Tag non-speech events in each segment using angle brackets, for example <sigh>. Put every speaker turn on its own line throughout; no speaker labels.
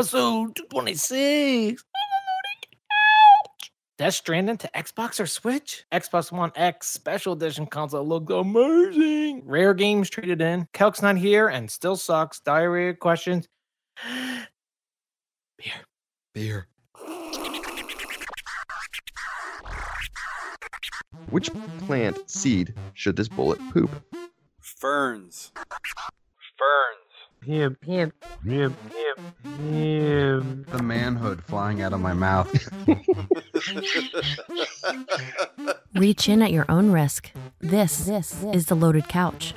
episode 226. Death Stranding to Xbox or Switch? Xbox One X Special Edition console looks amazing. Rare games traded in. Kelk's not here and still sucks. Diarrhea questions.
Beer. Which plant seed should this bullet poop?
Ferns. Ferns.
Him, him, him, him, him.
The manhood flying out of my
<laughs>
mouth.
Reach in at your own risk. This, this is the loaded couch.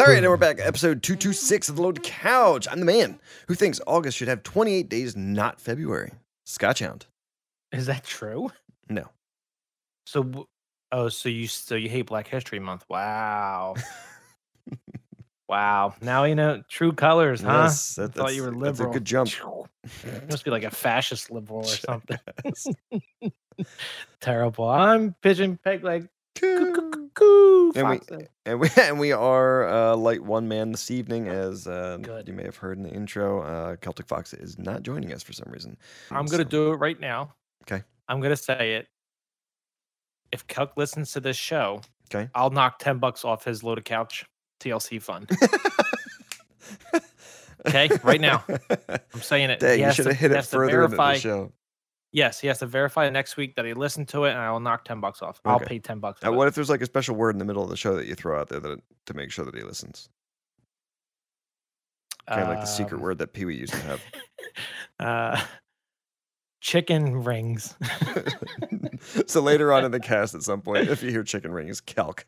All right, and we're back. Episode 226 of The Loaded Couch. I'm the man who thinks August should have 28 days, not February. Scotchhound.
Is that true?
No.
So, w- oh, so you so you hate Black History Month?
<laughs>
Wow, wow. Now you know true colors, huh?
Yes, that-
Thought you were
that's-
liberal.
That's a
<laughs>
good jump.
Must be like a fascist liberal or something.
<laughs>
Terrible. I'm pigeon peg like coo, coo, coo, coo,
And we-
foxes.
And we, <laughs> and we are uh, light one man this evening, as uh,
Good.
you may have heard in the intro. Uh, Celtic Fox is not joining us for some reason.
I'm gonna
So-
do it right now.
Okay.
I'm gonna say it. If Kelk listens to this show,
Okay.
I'll knock ten bucks off his load of couch TLC fund. Okay, right
<laughs>
now. I'm saying it.
Dang,
He
you
has
should
to-
have hit
he
it
has to
further into the
verify-
show.
Yes, he has to verify next week that he listened to it, and I will knock ten bucks off. I'll
Okay.
pay ten bucks.
Now,
of it.
what if there's like a special word in the middle of the show that you throw out there that to make sure that he listens? Kind of like the secret
Um,
word that Pee Wee used to have.
Uh, <laughs> chicken rings. <laughs>
so later on in the cast, at some point, if you hear chicken rings, calc.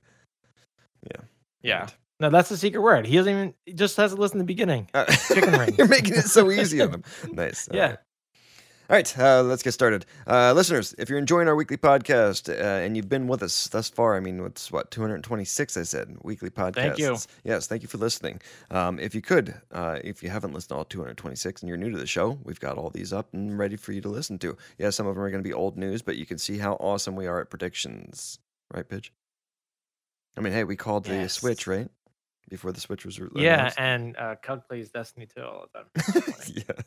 Yeah. No, that's the secret word. He doesn't even. He just has to listen to the beginning.
Uh, <laughs>
Chicken
You're
rings.
making it so
<laughs>
easy on them. Nice. all
Yeah.
right. All right, uh, let's get started. Uh, listeners, if you're enjoying our weekly podcast uh, and you've been with us thus far, I mean, it's what, 226, I said, weekly podcasts.
you.
Yes, thank you for listening. Um, if you could, uh, if you haven't listened to all 226 and you're new to the show, we've got all these up and ready for you to listen to. Yeah, some of them are going to be old news, but you can see how awesome we are at predictions. Right, Pidge? I mean, hey, we called the
Yes.
Switch, right? Before the Switch was re-
yeah,
announced.
and uh, Cug plays Destiny 2 all the time. Funny.
<laughs> yeah.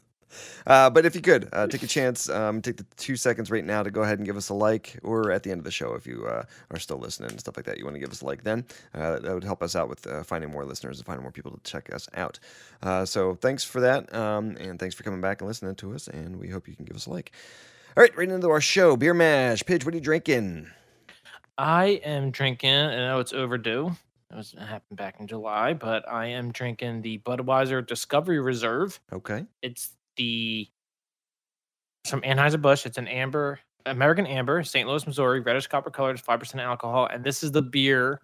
Uh, but if you could uh, take a chance, um, take the two seconds right now to go ahead and give us a like, or at the end of the show, if you uh, are still listening and stuff like that, you want to give us a like then. Uh, that would help us out with uh, finding more listeners and finding more people to check us out. Uh, so thanks for that. Um, and thanks for coming back and listening to us. And we hope you can give us a like. All right, right into our show. Beer Mash. Pidge, what are you drinking?
I am drinking, and I know it's overdue. It was it happened back in July, but I am drinking the Budweiser Discovery Reserve.
Okay.
It's the some Anheuser Busch. It's an amber American amber, St. Louis, Missouri, reddish copper colored, five percent alcohol, and this is the beer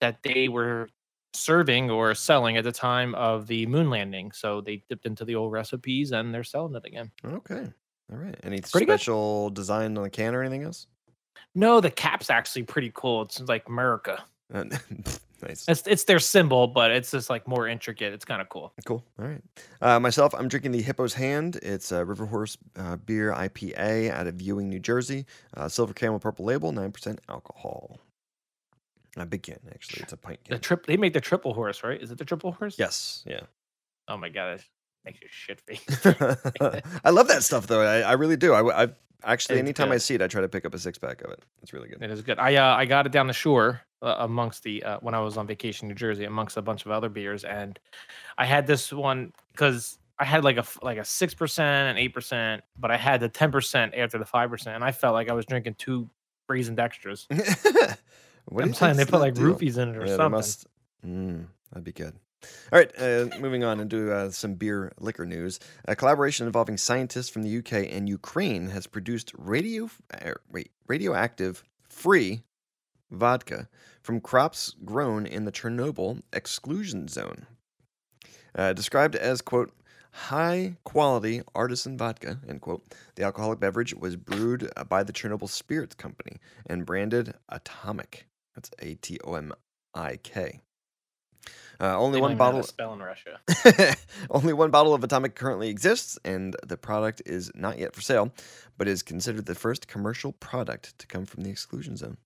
that they were serving or selling at the time of the moon landing. So they dipped into the old recipes and they're selling it again.
Okay. All right. Any
Pretty good.
special design on the can or anything else? <laughs>
No, the cap's actually pretty cool. It's like America.
Uh, nice.
It's it's their symbol, but it's just like more intricate. It's kind of cool.
Cool. All right. Uh, myself, I'm drinking the Hippo's Hand. It's a River Horse uh, Beer IPA out of Ewing, New Jersey. Uh, silver Camel Purple Label, 9% alcohol. A big can, actually. It's a pint
The
can.
trip they make the triple horse, right? Is it the triple horse?
Yes. Yeah.
Oh my god, it makes you shit face.
<laughs> I love that stuff, though. I, I really do. I, have actually,
It's
anytime
good.
I see it, I try to pick up a six pack of it. It's really good.
It is good. I uh, I got it down the shore uh, amongst the uh, when I was on vacation in New Jersey amongst a bunch of other beers, and I had this one because I had like a f- like a six percent and eight percent, but I had the ten percent after the five percent, and I felt like I was drinking two braised extras.
<laughs> what do
I'm saying
you think's
they
the
put like
deal?
rupees in it or
they
something.
must- Mm, that'd be good. All right, uh, moving on into uh, some beer liquor news. A collaboration involving scientists from the UK and Ukraine has produced radio uh, wait radioactive free vodka from crops grown in the Chernobyl exclusion zone. Uh, described as quote high quality artisan vodka end quote the alcoholic beverage was brewed uh, by the chernobyl spirits company and branded atomic that's a-t-o-m IK. Uh, only
They don't even
one
have a
bottle.
spell in Russia.
<laughs> only one bottle of Atomic currently exists, and the product is not yet for sale, but is considered the first commercial product to come from the exclusion zone.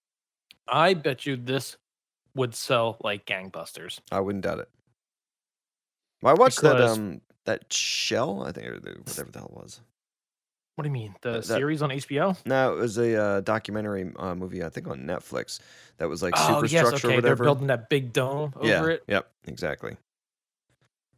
I bet you this would sell like gangbusters.
I wouldn't doubt it. Well, I watched that
Because-
um that shell. I think or the, whatever the hell it was.
What do you mean? The
That- that-
series on HBO?
No, it was a uh, documentary uh, movie. I think on Netflix that was like
oh yes,
superstructure or
okay. They're
whatever.
building that big dome over
yeah.
it.
Yep. Exactly.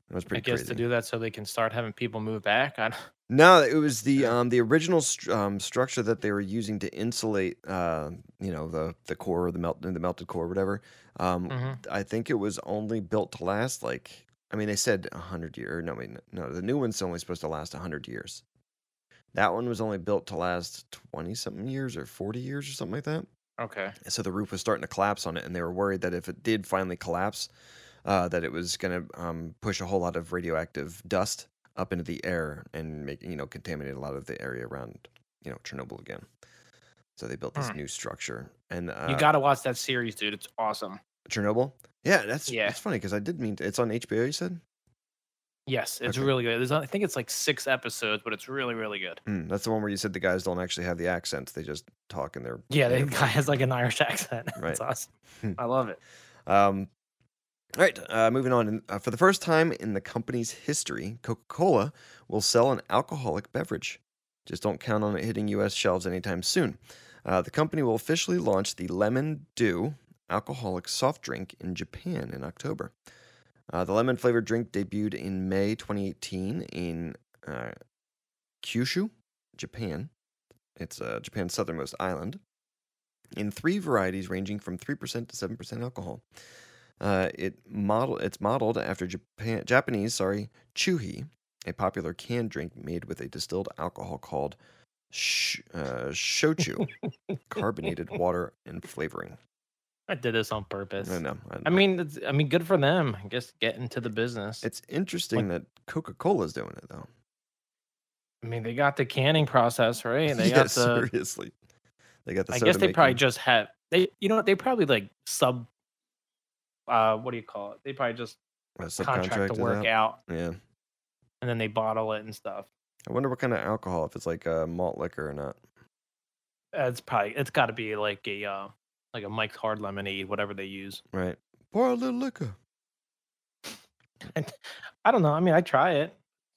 That was
I
pretty
guess
crazy.
to do that so they can start having people move back. I, don't-
No, it was the um, the original str- um, structure that they were using to insulate, uh, you know, the the core, the melt, the melted core, whatever. Um,
Mhm.
I think it was only built to last like, I mean, they said hundred years. No, I mean, no, the new one's only supposed to last hundred years. That one was only built to last twenty something years or forty years or something like that.
Okay.
And so the roof was starting to collapse on it, and they were worried that if it did finally collapse, uh, that it was going to um, push a whole lot of radioactive dust up into the air and make you know contaminate a lot of the area around you know Chernobyl again. So they built this
Hmm.
new structure, and uh,
you got to watch that series, dude. It's awesome.
Chernobyl. Yeah, that's
Yeah.
that's funny because I did mean to, it's on HBO. You said
Yes, it's
okay.
really good. There's, I think it's like six episodes, but it's really, really good.
Hmm, that's the one where you said the guys don't actually have the accents; they just talk in their
Yeah, the
native
guy has like an Irish <laughs> accent.
Right.
It's awesome.
Hmm.
I love it.
Um, all right, uh, moving on. In- Uh, for the first time in the company's history, Coca Cola will sell an alcoholic beverage. Just don't count on it hitting U.S. shelves anytime soon. Uh, the company will officially launch the Lemon Dew alcoholic soft drink in Japan in October. Uh, the lemon flavored drink debuted in May 2018 in uh, Kyushu, Japan. It's uh, Japan's southernmost island in three varieties ranging from 3% to 7% alcohol. Uh, it model, it's modeled after Japan, Japanese, sorry, chuhi, a popular canned drink made with a distilled alcohol called sh- uh, shochu,
<laughs>
carbonated water and flavoring.
I did this on purpose.
I know. I,
I mean, it's, I mean, good for them. I guess get into the business.
it's interesting that Coca Cola's doing it though.
I mean, they got the canning process
<laughs>
right. They <laughs>
yeah,
got the.
seriously. They got the.
I
soda
guess they probably
making.
just had they. You know, what, they probably like sub. Uh, what do you call it? They probably just
Uh,
contract
subcontracted
to work
out.
out,
Yeah.
and then they bottle it and stuff.
I wonder what kind of alcohol, if it's like uh, malt liquor or not.
Uh, It's probably it's got to be like a uh, like a Mike's Hard Lemonade, whatever they use. <laughs>
Right. Pour a little liquor.
I don't know. I mean, I try it.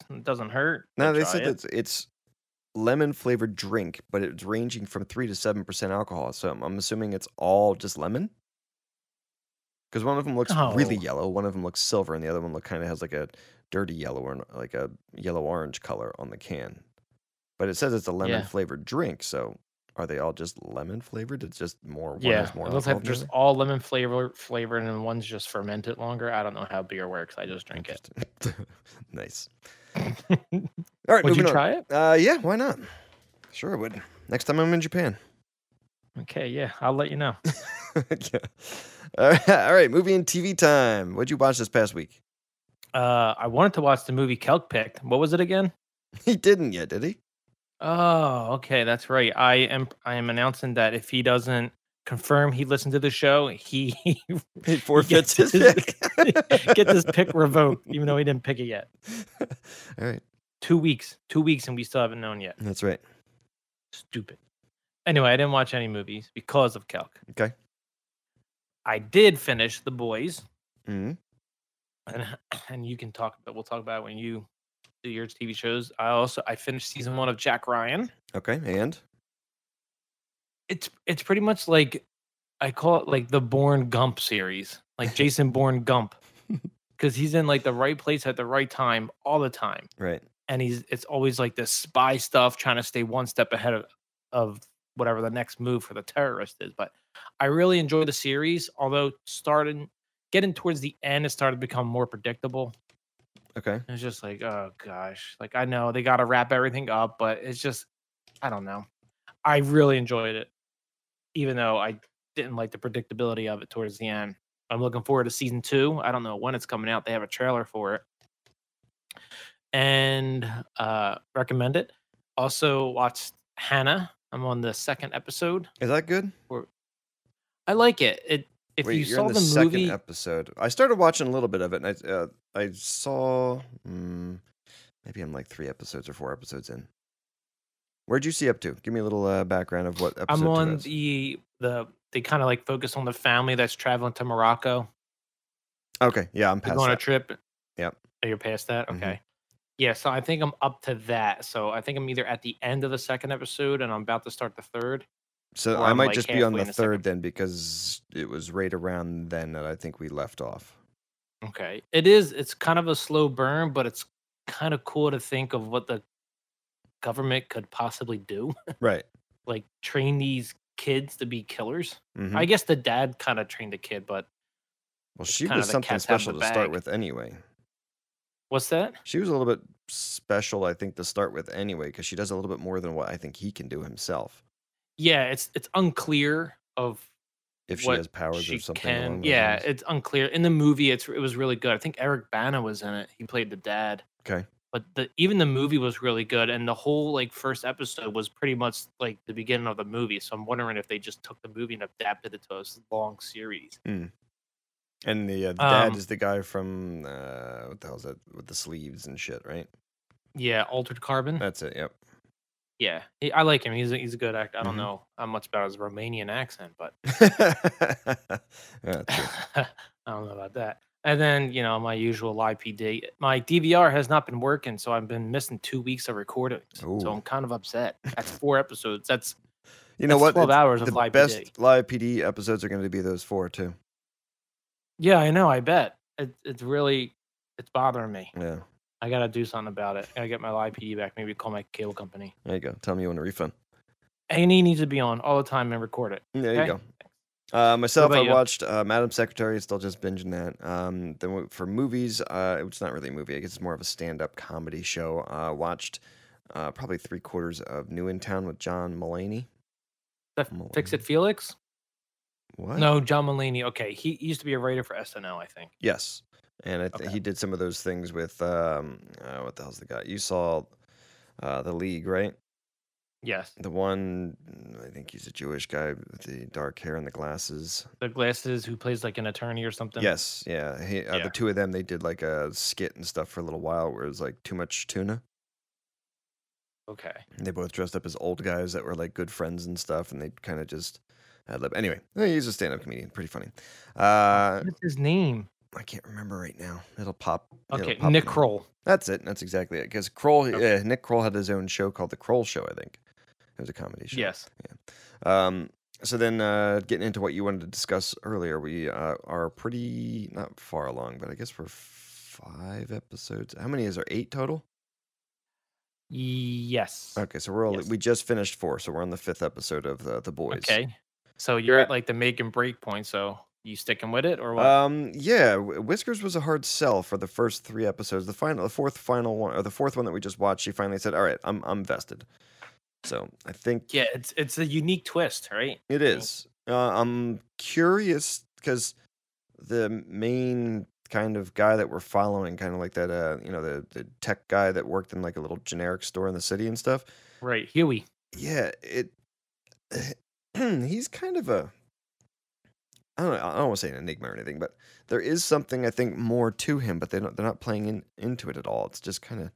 It doesn't hurt. I
No, they
try
said
it.
it's it's lemon flavored drink, but it's ranging from three to seven percent alcohol. So I'm, I'm assuming it's all just lemon. Because one of them looks really
No.
yellow, one of them looks silver, and the other one look kind of has like a dirty yellow or n- like a yellow orange color on the can. But it says it's a lemon flavored drink, so are they all just lemon flavored? It's just more. One
yeah.
has more
it looks like
alcohol than the
just
other?
all lemon flavor flavored, and one's just fermented longer. I don't know how beer works. I just drink it.
Interesting. <laughs> nice.
<laughs>
All right,
Would you
moving on.
try it?
Uh, yeah, why not? Sure, I would. Next time I'm in Japan.
Okay, yeah, I'll let you know.
<laughs> yeah. All right, <laughs> all right, movie and TV time. What'd you watch this past week? <laughs>
Uh, I wanted to watch the movie Kelk picked. What was it again?
He didn't yet, did he? <laughs>
Oh, okay, that's right. I am I am announcing that if he doesn't confirm he listened to the show, he <laughs>
He forfeits his
gets <laughs>
pick.
gets his pick revoked, even though he didn't pick it yet.
<laughs> all right,
Two weeks, two weeks, and we still haven't known yet.
that's right.
Stupid. Anyway, I didn't watch any movies because of Kelk.
Okay.
I did finish The Boys,
hmm
and <clears throat> and you can talk. But we'll talk about it when you do your TV shows. I also I finished season one of Jack Ryan.
Okay, and
it's it's pretty much like I call it like the Born Gump series, like Jason Bourne Gump, because he's in like the right place at the right time all the time,
right.
and he's it's always like this spy stuff, trying to stay one step ahead of of whatever the next move for the terrorist is. But I really enjoy the series, although starting getting towards the end, it started to become more predictable.
Okay,
It's just like, oh gosh, like I know they got to wrap everything up, but it's just, I don't know. I really enjoyed it, even though I didn't like the predictability of it towards the end. I'm looking forward to season two. I don't know when it's coming out. They have a trailer for it, and uh, recommend it. Also watched Hannah. I'm on the second episode.
is that good?
I like it. It if
Wait,
you
you're
saw
in
the,
the, second
movie,
episode. I started watching a little bit of it, and I uh, I saw mm, maybe I'm like three episodes or four episodes in. Where'd you see up to? Give me a little uh, background of what episode.
I'm
two
on
is.
the the they kind of like focus on the family that's traveling to Morocco.
Okay, yeah, I'm
They
past
go on a
that.
trip.
Yep.
Oh, you're past that?
Mhm.
Okay. Yeah, so I think I'm up to that. So I think I'm either at the end of the second episode and I'm about to start the third.
So
Or
I
I'm,
might
like,
just be on
halfway
the
in the second.
third then because it was right around then that I think we left off.
Okay. It is, it's kind of a slow burn, but it's kind of cool to think of what the government could possibly do. <laughs>
Right.
Like train these kids to be killers.
Mhm.
I guess the dad kind of trained the kid, but
well,
it's
she
kinda
was
the
something
cat's out of
special to
the
start
bag.
with anyway.
what's that?
She was a little bit special, I think, to start with anyway because she does a little bit more than what I think he can do himself.
Yeah, it's it's unclear of
If she
What
has powers
she
or something.
can.
along those
Yeah,
lines.
it's unclear. In the movie, it's it was really good. I think Eric Bana was in it. He played the dad.
Okay.
But the even the movie was really good, and the whole like first episode was pretty much like the beginning of the movie. So I'm wondering if they just took the movie and adapted it to a s- long series.
And the, uh, the dad
Um,
is the guy from uh, what the hell's that with the sleeves and shit,
<laughs>
right?
Yeah, Altered Carbon.
That's it. <laughs> Yep.
yeah, he, I like him. He's a, he's a good actor. I don't
Mhm.
know how much about his Romanian accent, but
Yeah, true.
<laughs> I don't know about that. And then, you know, my usual IPD. eh, My DVR has not been working, so I've been missing two weeks of recording.
Ooh.
So I'm kind of upset.
<laughs>
That's four episodes. That's
You know
That's
what?
12
It's-
hours of
the
live
best
PD.
live PD episodes are going to be those four too.
yeah, I know. I bet it, it's really it's bothering me.
Yeah.
I gotta do something about it. I gotta get my live PD back. Maybe call my cable company.
There you go. Tell me you want a refund.
A and E needs to be on all the time and record it.
Mm, There you
Okay.
go. Uh, myself,
about
I
you?
watched uh, Madam Secretary. Still just binging that. Um, then w- for movies, uh, it's not really a movie. I guess it's more of a stand-up comedy show. Uh, watched uh, probably three quarters of New in Town with John Mulaney.
That
Mulaney.
Fix it, Felix.
What?
No, John Mulaney. Okay, he used to be a writer for SNL, I think.
Yes, and I th-
Okay.
he did some of those things with um, uh, what the hell's the guy? You saw uh, the League, right?
Yes,
The one I think he's a Jewish guy with the dark hair and the glasses.
the glasses who plays like an attorney or something.
Yes, yeah. He, uh,
Yeah.
The two of them, they did like a skit and stuff for a little while where it was like too much tuna.
Okay.
They both dressed up as old guys that were like good friends and stuff, and they kind of just ad lib. Anyway, he's a stand up comedian, pretty funny. Uh,
What's his name?
I can't remember right now. It'll pop. it'll
Okay,
pop
Nick
in.
Kroll.
That's it. That's exactly it. Because Kroll,
Okay.
uh, Nick Kroll had his own show called The Kroll Show, I think. It was a comedy show.
Yes.
Um, so then, uh, getting into what you wanted to discuss earlier, we uh, are pretty not far along, but I guess we're five episodes. How many is there? Eight total.
Yes.
Okay, so we're only,
Yes.
we just finished four, so we're on the fifth episode of uh, the the boys.
Okay. So you're at like the make and break point. So you sticking with it or what?
Um, yeah, Wh- Whiskers was a hard sell for the first three episodes. The final, the fourth, final one, or the fourth one that we just watched, she finally said, "All right, I'm I'm vested." So I think
yeah, it's it's a unique twist, right?
It
think.
is. Uh, I'm curious because the main kind of guy that we're following, kind of like that, uh, you know, the, the tech guy that worked in like a little generic store in the city and stuff.
Right. Huey.
Yeah, it. <clears throat> he's kind of a. I don't. I don't want to say an enigma or anything, but there is something I think more to him, but they don't. They're not playing in, into it at all. It's just kind of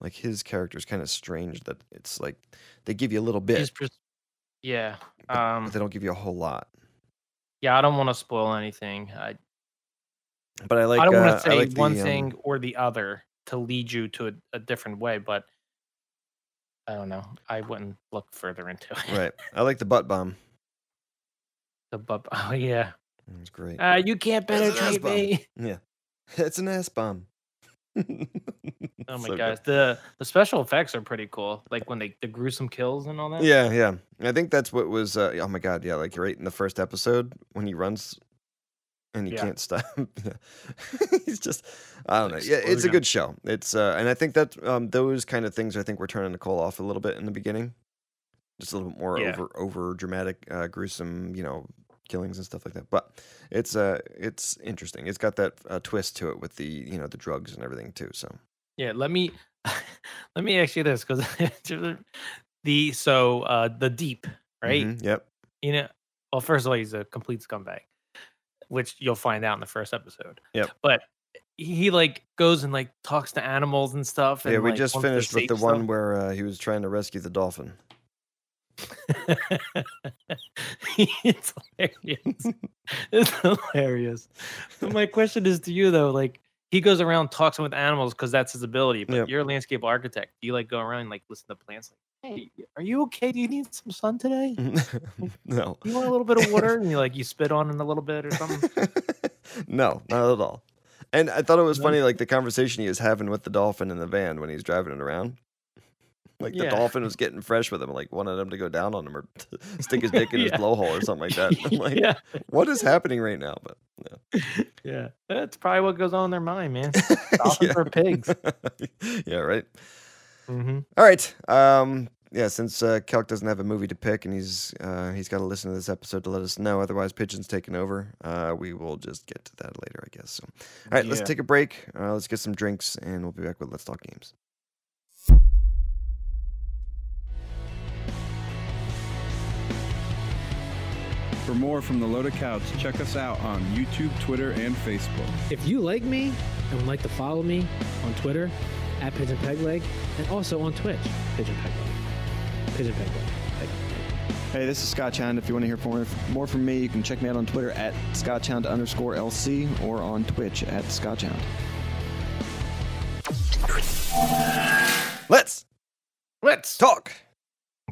like his character is kind of strange that it's like they give you a little bit,
His pers- yeah.
but-
Um
but they don't give you a whole lot.
yeah, I don't want to spoil anything. I,
But I like.
I don't
uh,
want to say
like the,
one
um,
thing or the other to lead you to a, a different way, but I don't know. I wouldn't look further into it.
right. I like the butt bomb.
<laughs> The bub- oh yeah.
It
<laughs>
was great.
Uh, you can't
That's an ass
penetrate
bump.
me.
yeah, it's an ass bomb. <laughs>
Oh my
So good.
gosh, the the special effects are pretty cool. Like when they the gruesome kills and all that.
Yeah, yeah. I think that's what was. Uh, oh my god, yeah. Like right in the first episode when he runs and he
Yeah.
can't stop. <laughs> Yeah. He's just. I don't know. Yeah, it's a
Explosion.
good show. It's uh, and I think that um, those kind of things I think we're turning Nicole off a little bit in the beginning. Just a little bit more
Yeah.
over over dramatic, uh, gruesome, you know, killings and stuff like that. But it's uh, it's interesting. It's got that uh, twist to it with the you know the drugs and everything too. So
Yeah, let me <laughs> let me ask you this because <laughs> the so uh the deep right
Mhm, Yep.
you know well first of all he's a complete scumbag which you'll find out in the first episode
Yep.
but he like goes and like talks to animals and stuff
yeah,
and,
we
like,
just
wants to
finished with
save
the
stuff.
one where uh, he was trying to rescue the dolphin.
<laughs> it's hilarious. it's hilarious. But my question is to you though, like he goes around talking with animals because that's his ability. But
Yep.
you're a landscape architect. Do you like go around and like listen to plants? Like, hey, are you okay? Do you need some sun
<laughs>
today?
no. <laughs>
You want a little bit of water? and you like you spit on it a little bit or something.
no, not at all. And I thought it was
No.
funny, like the conversation he was having with the dolphin in the van when he's driving it around. Like the
Yeah.
dolphin was getting fresh with him, like wanted him to go down on him or <laughs> stick his dick in his
<laughs> Yeah.
blowhole or something like
<laughs>
that. I'm like,
yeah,
what is happening right now? But no.
yeah. That's probably what goes on in their mind, man. Dolphins are pigs.
<laughs> yeah, right.
hmm
All right. Um, yeah, since uh, Kelk doesn't have a movie to pick and he's uh, he's got to listen to this episode to let us know. Otherwise, Pigeon's taking over. Uh, we will just get to that later, I guess. So, all right, let's
Yeah.
take a break. Uh, let's get some drinks, and we'll be back with Let's Talk Games.
For more from the Loaded Couch, check us out on YouTube, Twitter, and Facebook.
If you like me and would like to follow me on Twitter at Pigeon Peg Leg and also on Twitch, Pigeon Peg Leg. Pigeon Peg Leg. Peg, Peg.
Hey, this is Scott Hound. If you want to hear more, more from me, you can check me out on Twitter at scotchhound underscore LC or on Twitch at scotchhound.
Let's
Let's
talk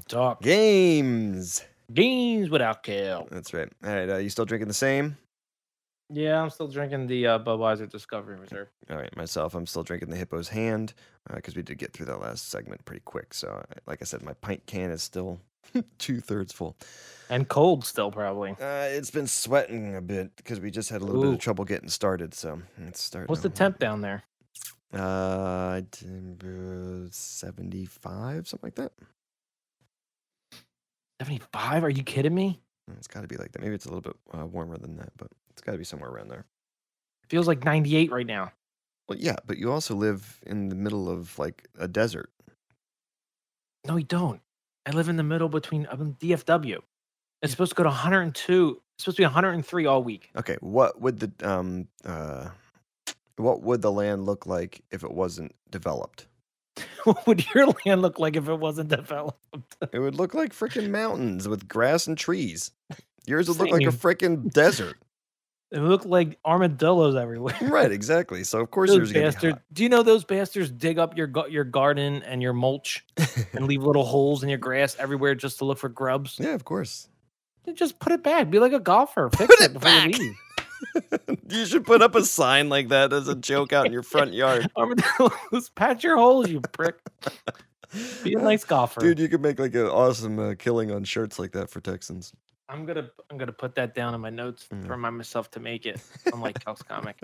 talk
games.
games without Kel.
That's right. All right, uh, you still drinking the same?
Yeah, I'm still drinking the uh, Budweiser Discovery Reserve.
All right, myself, I'm still drinking the hippo's hand because we did get through that last segment pretty quick. So, uh, like I said, my pint can is still <laughs> two thirds full.
And cold still, probably.
Uh, it's been sweating a bit because we just had a little bit
Ooh.
of trouble getting started. So it's starting.
What's the
to-
temp down there?
Uh, I did, uh, seventy-five, something like that.
75? Are you kidding me?
It's got to be like that. Maybe it's a little bit uh, warmer than that, but it's got to be somewhere around there.
Feels like 98 right now.
Well, yeah, but you also live in the middle of like a desert.
No, you don't. I live in the middle between um, I'm in DFW. It's supposed to go to 102. It's supposed to be 103 all week. <laughs>
Okay, what would the um uh, what would the land look like if it wasn't developed?
what would your land look like if it wasn't developed?
It would look like freaking mountains with grass and trees. Yours would look like a
Same.
freaking desert.
It looked like armadillos everywhere.
Right, exactly. So of course
<laughs> Those
there's gonna be
bastards. Do you know those bastards dig up your gar- your garden and your mulch and leave little holes in your grass everywhere just to look for grubs?
Yeah, of course.
Then Just put it back. Be like a golfer. Fix
<laughs> Put
it,
it
before you
back.
leave.
<laughs> you should put up a sign like that as a joke out in your front yard.
Armadillos, <laughs> patch your holes, you prick. Be a nice golfer.
Dude, you could make like an awesome uh, killing on shirts like that for Texans.
I'm gonna I'm gonna put that down in my notes
Mm.
to remind myself to make it. Unlike Kel's
<laughs>
comic.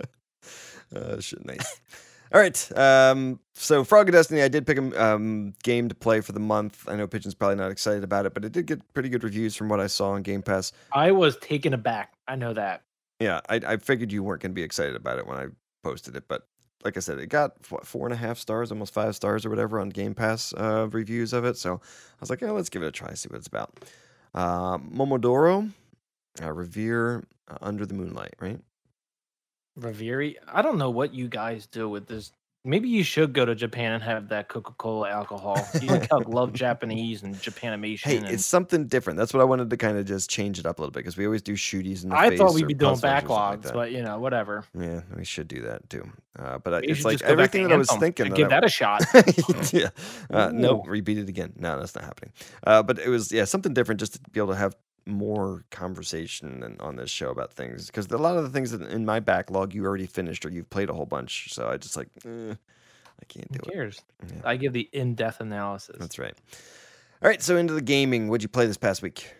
Uh, shit, nice. All right. Um, so Frog of Destiny, I did pick a m- um, game to play for the month. I know Pigeon's probably not excited about it, but it did get pretty good reviews from what I saw on Game Pass.
I was taken aback. I know that.
Yeah, I, I figured you weren't going to be excited about it when I posted it, but like I said, it got what, four and a half stars, almost five stars or whatever on Game Pass uh, reviews of it. So I was like, yeah, let's give it a try, see what it's about. Uh, Momodoro, uh, Revere, uh, Under the Moonlight, right?
Reveri, I don't know what you guys do with this. Maybe you should go to Japan and have that Coca-Cola alcohol. You and Kelk
<laughs>
love Japanese and Japanimation.
Hey,
and
it's something different. That's what I wanted to kind of just change it up a little bit because we always do shooties in the
I
face
thought we'd
or
be doing
puzzles or something like
backlogs,
that.
but you know, whatever.
yeah, we should do that too. Uh, but I,
Maybe you
it's
should
like
just go back
everything
to
that I was
Anthem
thinking.
and
that
give
I-
that a
<laughs>
shot.
yeah. Uh, no,
Ooh.
repeat it again. No, that's not happening. Uh, but it was yeah something different just to be able to have more conversation and, on this show about things because a lot of the things that in my backlog you already finished or you've played a whole bunch. So I just like eh, I can't
Who
do it.
cares?
Yeah.
I give the in-depth analysis.
That's right. All right. So into the gaming. What'd you play this past week?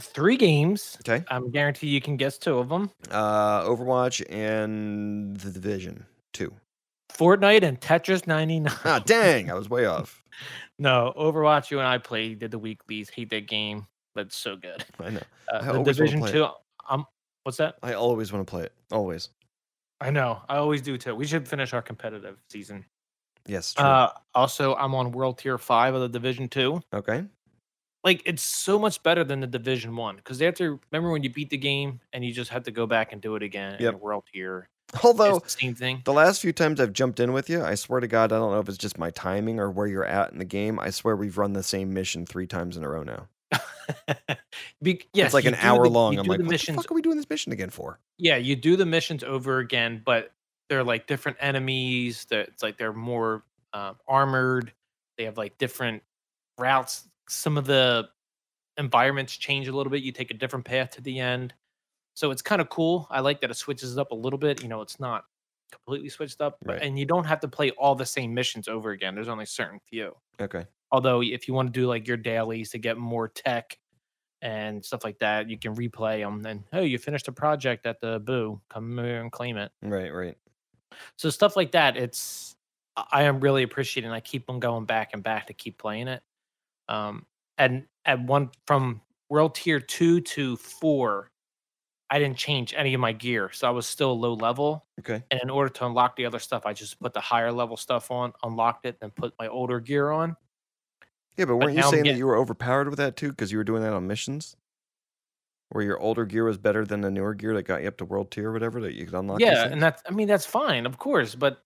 Three games.
Okay.
I'm guarantee you can guess two of them.
Uh, Overwatch and The Division Two.
Fortnite and Tetris 99. <laughs>
Ah, dang! I was way off.
No, Overwatch, you and I played, did the weeklies, hate that game. That's so good.
I know. I
Uh, the
always wanna
Division
play it.
2, um, what's that?
I always want to play it. Always.
I know. I always do too. We should finish our competitive season.
Yes. True.
Uh, also, I'm on World Tier 5 of the Division 2.
okay.
Like, it's so much better than the Division 1. Because after, remember when you beat the game and you just had to go back and do it again
Yep.
in World Tier?
Although
it's the same thing.
<laughs> The last few times I've jumped in with you, I swear to God, I don't know if it's just my timing or where you're at in the game. I swear we've run the same mission three times in a row now.
Be- yes,
it's like
you
an
do
hour
the-
long.
You
I'm
do
like,
the
what the
missions.
fuck are we doing this mission again for?
yeah, you do the missions over again, but they're like different enemies. That it's like they're more um, armored. They have like different routes. Some of the environments change a little bit. You take a different path to the end, so it's kind of cool. I like that it switches it up a little bit. You know, it's not completely switched up, but,
Right.
and you don't have to play all the same missions over again. There's only certain few.
Okay.
Although, if you want to do like your dailies to get more tech and stuff like that, you can replay them. And oh, you finished a project at the boo, come here and claim it.
Right, right.
So stuff like that, it's I I am really appreciating. I keep on going back and back to keep playing it. Um, and at one from world tier two to four, I didn't change any of my gear, so I was still low level.
Okay.
And in order to unlock the other stuff, I just put the higher level stuff on, unlocked it, then put my older gear on.
Yeah, but weren't you
now I'm
saying that
getting-
you were overpowered with that too? Because you were doing that on missions? Where your older gear was better than the newer gear that got you up to world tier or whatever that you could unlock? these
yeah
things?
and that's i mean that's fine of course but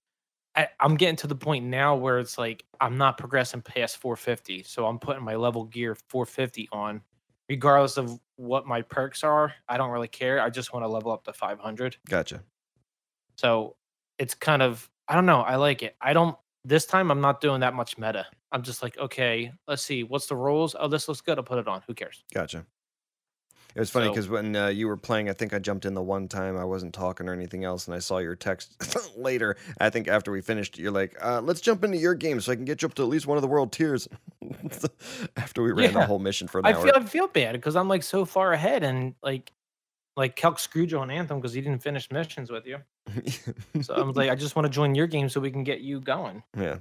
I, i'm getting to the point now where it's like i'm not progressing past 450 so i'm putting my level gear 450 on regardless of what my perks are i don't really care i just want to level up to 500
Gotcha.
so it's kind of i don't know i like it i don't this time i'm not doing that much meta i'm just like okay let's see what's the rules oh this looks good i'll put it on who cares
Gotcha. It was funny
So-
because when uh, you were playing, I think I jumped in the one time I wasn't talking or anything else, and I saw your text <laughs> later. I think after we finished, you're like, uh, "Let's jump into your game so I can get you up to at least one of the world tiers." <laughs> after we ran the
Yeah.
whole mission for an
I
hour,
feel I feel bad because I'm like so far ahead and like like Kelk screwed you on Anthem because he didn't finish missions with you.
<laughs>
So I'm like, I just want to join your game so we can get you going.
yeah,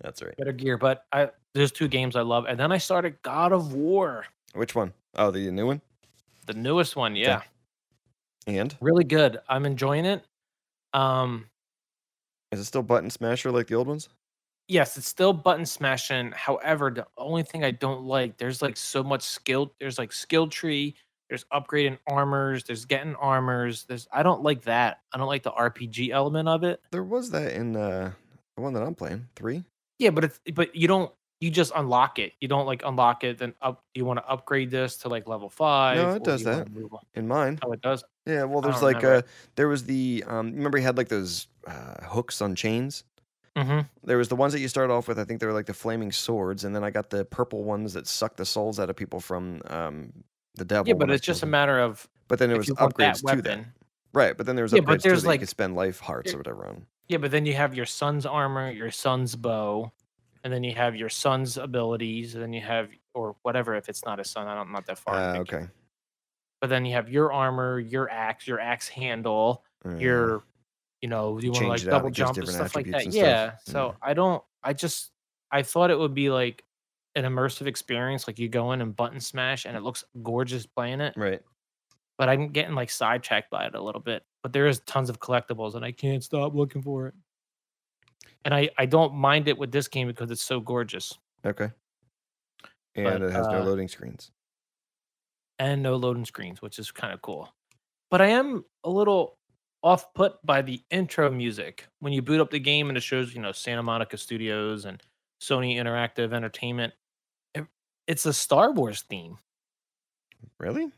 that's right.
Better gear. But I there's two games I love. And then I started God of War,
Which one? Oh, the new one.
the newest one. Yeah.
And
Really good. I'm enjoying it. Um
is it still Button Smasher like the old ones?
yes, it's still button smashing. However, the only thing I don't like, there's like so much skill. There's like skill tree. There's upgrading armors. There's getting armors. There's I don't like that. I don't like the RPG element of it.
There was that in uh, the one that I'm playing. Three.
Yeah, but it's but you don't you just unlock it. You don't like unlock it. Then up you want to upgrade this to like level five.
it
or
does
you wanna
that.
move on-
In mine.
Oh, it does.
Yeah, well,
I
there's
don't
like uh,
remember.
there was the um, remember he had like those uh, hooks on chains.
hmm
There was the ones that you started off with. I think they were like the flaming swords, and then I got the purple ones that suck the souls out of people from um, the devil.
Yeah, but
when I
it's just a
killed him.
matter of
But then there was
if you want that
upgrades to that,
weapon.
right? But then there was
Yeah,
upgrades
but
to
there's,
that you
like-
could spend life hearts or
there-
whatever on.
Yeah, but then you have your son's armor, your son's bow, and then you have your son's abilities, and then you have or whatever if it's not his son. I don't I'm not that far. in
Ah,
the game.
okay.
But then you have your armor, your axe, your axe handle,
Uh,
your you know you want to
change
like
it out,
double
it gives
jump and
different
stuff like that
attributes
yeah
and stuff. Hmm.
so i don't i just i thought it would be like an immersive experience like you go in and button smash and it looks gorgeous playing it
right.
but i'm getting like sidetracked by it a little bit but there is tons of collectibles and i can't stop looking for it and i i don't mind it with this game because it's so gorgeous
Okay. And
But,
it has no
uh,
loading screens.
and no loading screens which is kind of cool but i am a little off put by the intro music when you boot up the game and it shows you know santa monica studios and sony interactive entertainment it- it's a star wars theme
Really?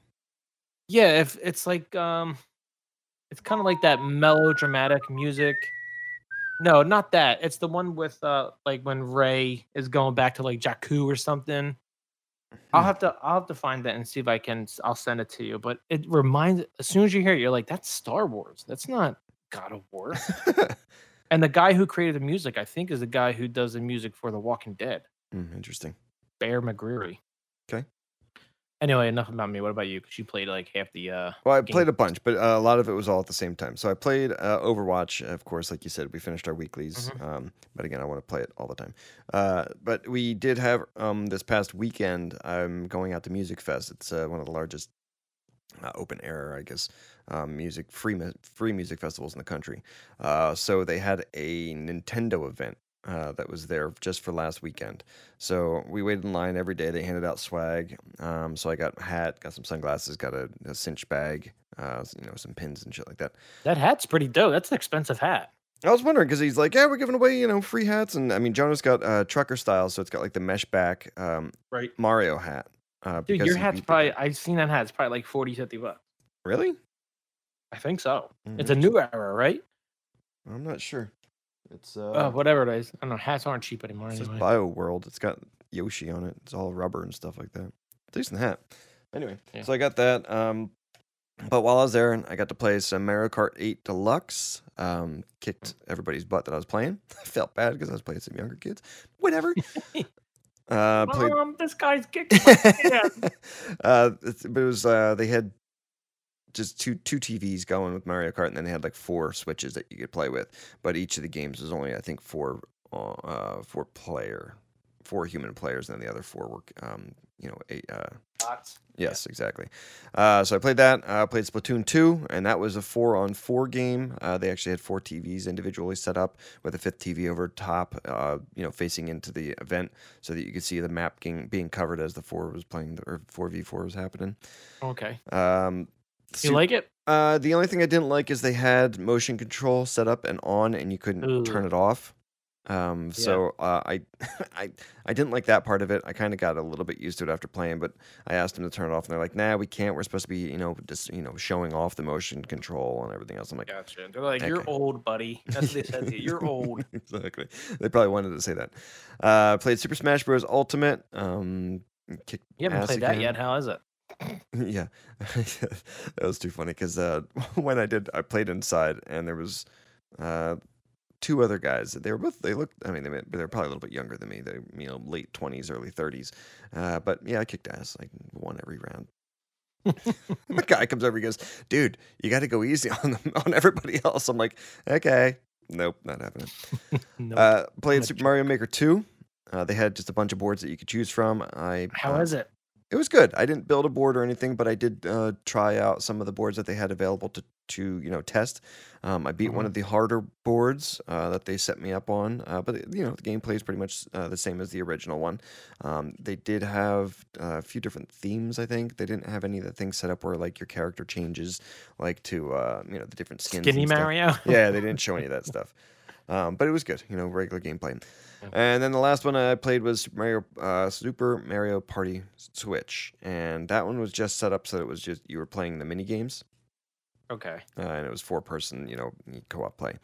yeah if it's like um it's kind of like that melodramatic music no not that it's the one with uh like when ray is going back to like jakku or something i'll have to i'll have to find that and see if i can s- i'll send it to you but it reminds as soon as you hear it you're like that's star wars that's not god of
<laughs>
war and the guy who created the music i think is the guy who does the music for the walking dead
Mm, interesting.
bear mcgreary
Okay.
anyway enough about me what about you because you played like half the uh
Well, I
game.
played a bunch, but uh, a lot of it was all at the same time. So I played uh, Overwatch, of course, like you said, we finished our weeklies. Um, but again, I want to play it all the time. Uh, but we did have um, this past weekend. I'm going out to Music Fest. It's uh, one of the largest uh, open air, I guess, um, music free mu- free music festivals in the country. Uh, so they had a Nintendo event. Uh, that was there just for last weekend. So we waited in line every day. They handed out swag. Um, so I got a hat, got some sunglasses, got a, a cinch bag, uh, s- you know, some pins and shit like that.
That hat's pretty dope. That's an expensive hat.
I was wondering because he's like, yeah, we're giving away, you know, free hats. And I mean, Jonah's got uh, trucker style, so it's got like the mesh back um,
Right.
Mario hat. Uh,
Dude,
because
your
he
hat's
beat the-
probably, I've seen that hat. It's probably like 40, 50 bucks.
really.
I think so.
Mm,
It's a new era, right?
Mm-hmm. I'm not sure. It's uh,
Uh, whatever it is. I don't know. Hats aren't cheap anymore.
It says
Anyway.
Bio World. It's got Yoshi on it. It's all rubber and stuff like that. Decent hat. Anyway,
Yeah.
so I got that. Um, but while I was there, I got to play some Mario Kart 8 Deluxe. Um, kicked
Mm.
everybody's butt that I was playing. <laughs> I felt bad because I was playing some younger kids.
<laughs>
Whatever. uh, played
Mom, this guy's <laughs> kicking
<laughs>
my kid.
uh, it's- but it was uh, they had just two two TVs going with Mario Kart, and then they had like four switches that you could play with. But each of the games was only I think four uh, uh, four player, four human players, and then the other four were um, you know eight. Uh,
Lots.
Yes, exactly. Uh, so I played that. I played Splatoon 2, and that was a four on four game. Uh, they actually had four TVs individually set up with a fifth TV over top, uh, you know, facing into the event so that you could see the map being, being covered as the four was playing, the, or 4v4 was happening.
Okay.
Um,
You
su-
like it?
uh, the only thing I didn't like is they had motion control set up and on, and you couldn't
Ooh.
turn it off. Um, so uh, I, <laughs> I, I didn't like that part of it. I kind of got a little bit used to it after playing, but I asked them to turn it off, and they're like, "Nah, we can't. We're supposed to be, you know, just you know, showing off the motion control and everything else." I'm like,
Gotcha. They're like,
Okay.
you're old, buddy. That's what they said. to you.
<laughs>
You're old.
exactly. They probably wanted to say that. Uh, played Super Smash Bros. Ultimate. Um, kicked
You haven't
ass
played that
again.
yet. How is it?
<laughs> yeah that was too funny because uh, <laughs> when i did i played inside and there was uh, two other guys they were both they looked i mean they were- they were probably a little bit younger than me they you know late 20s early 30s uh, but yeah i kicked ass like won every round <laughs> the guy comes over and goes dude you got to go easy <laughs> on them, on everybody else i'm like okay nope not happening
No.
uh, played
a
super mario maker 2 uh, they had just a bunch of boards that you could choose from i
How
uh,
is it?
it was good. I didn't build a board or anything, but I did uh, try out some of the boards that they had available to to you know test. Um, I beat one of the harder boards uh, that they set me up on, uh, but you know the gameplay is pretty much uh, the same as the original one. Um, they did have uh, a few different themes. I think they didn't have any of the things set up where like your character changes, like to uh, you know the different skins.
Skinny
and stuff
Mario?
<laughs>
<laughs>
yeah, they didn't show any of that stuff. Um, but it was good, you know, regular gameplay. And then the last one I played was Super Mario uh, Super Mario Party Switch, and that one was just set up so it was just you were playing the mini games,
Okay.
uh, and it was four person, you know, co-op play,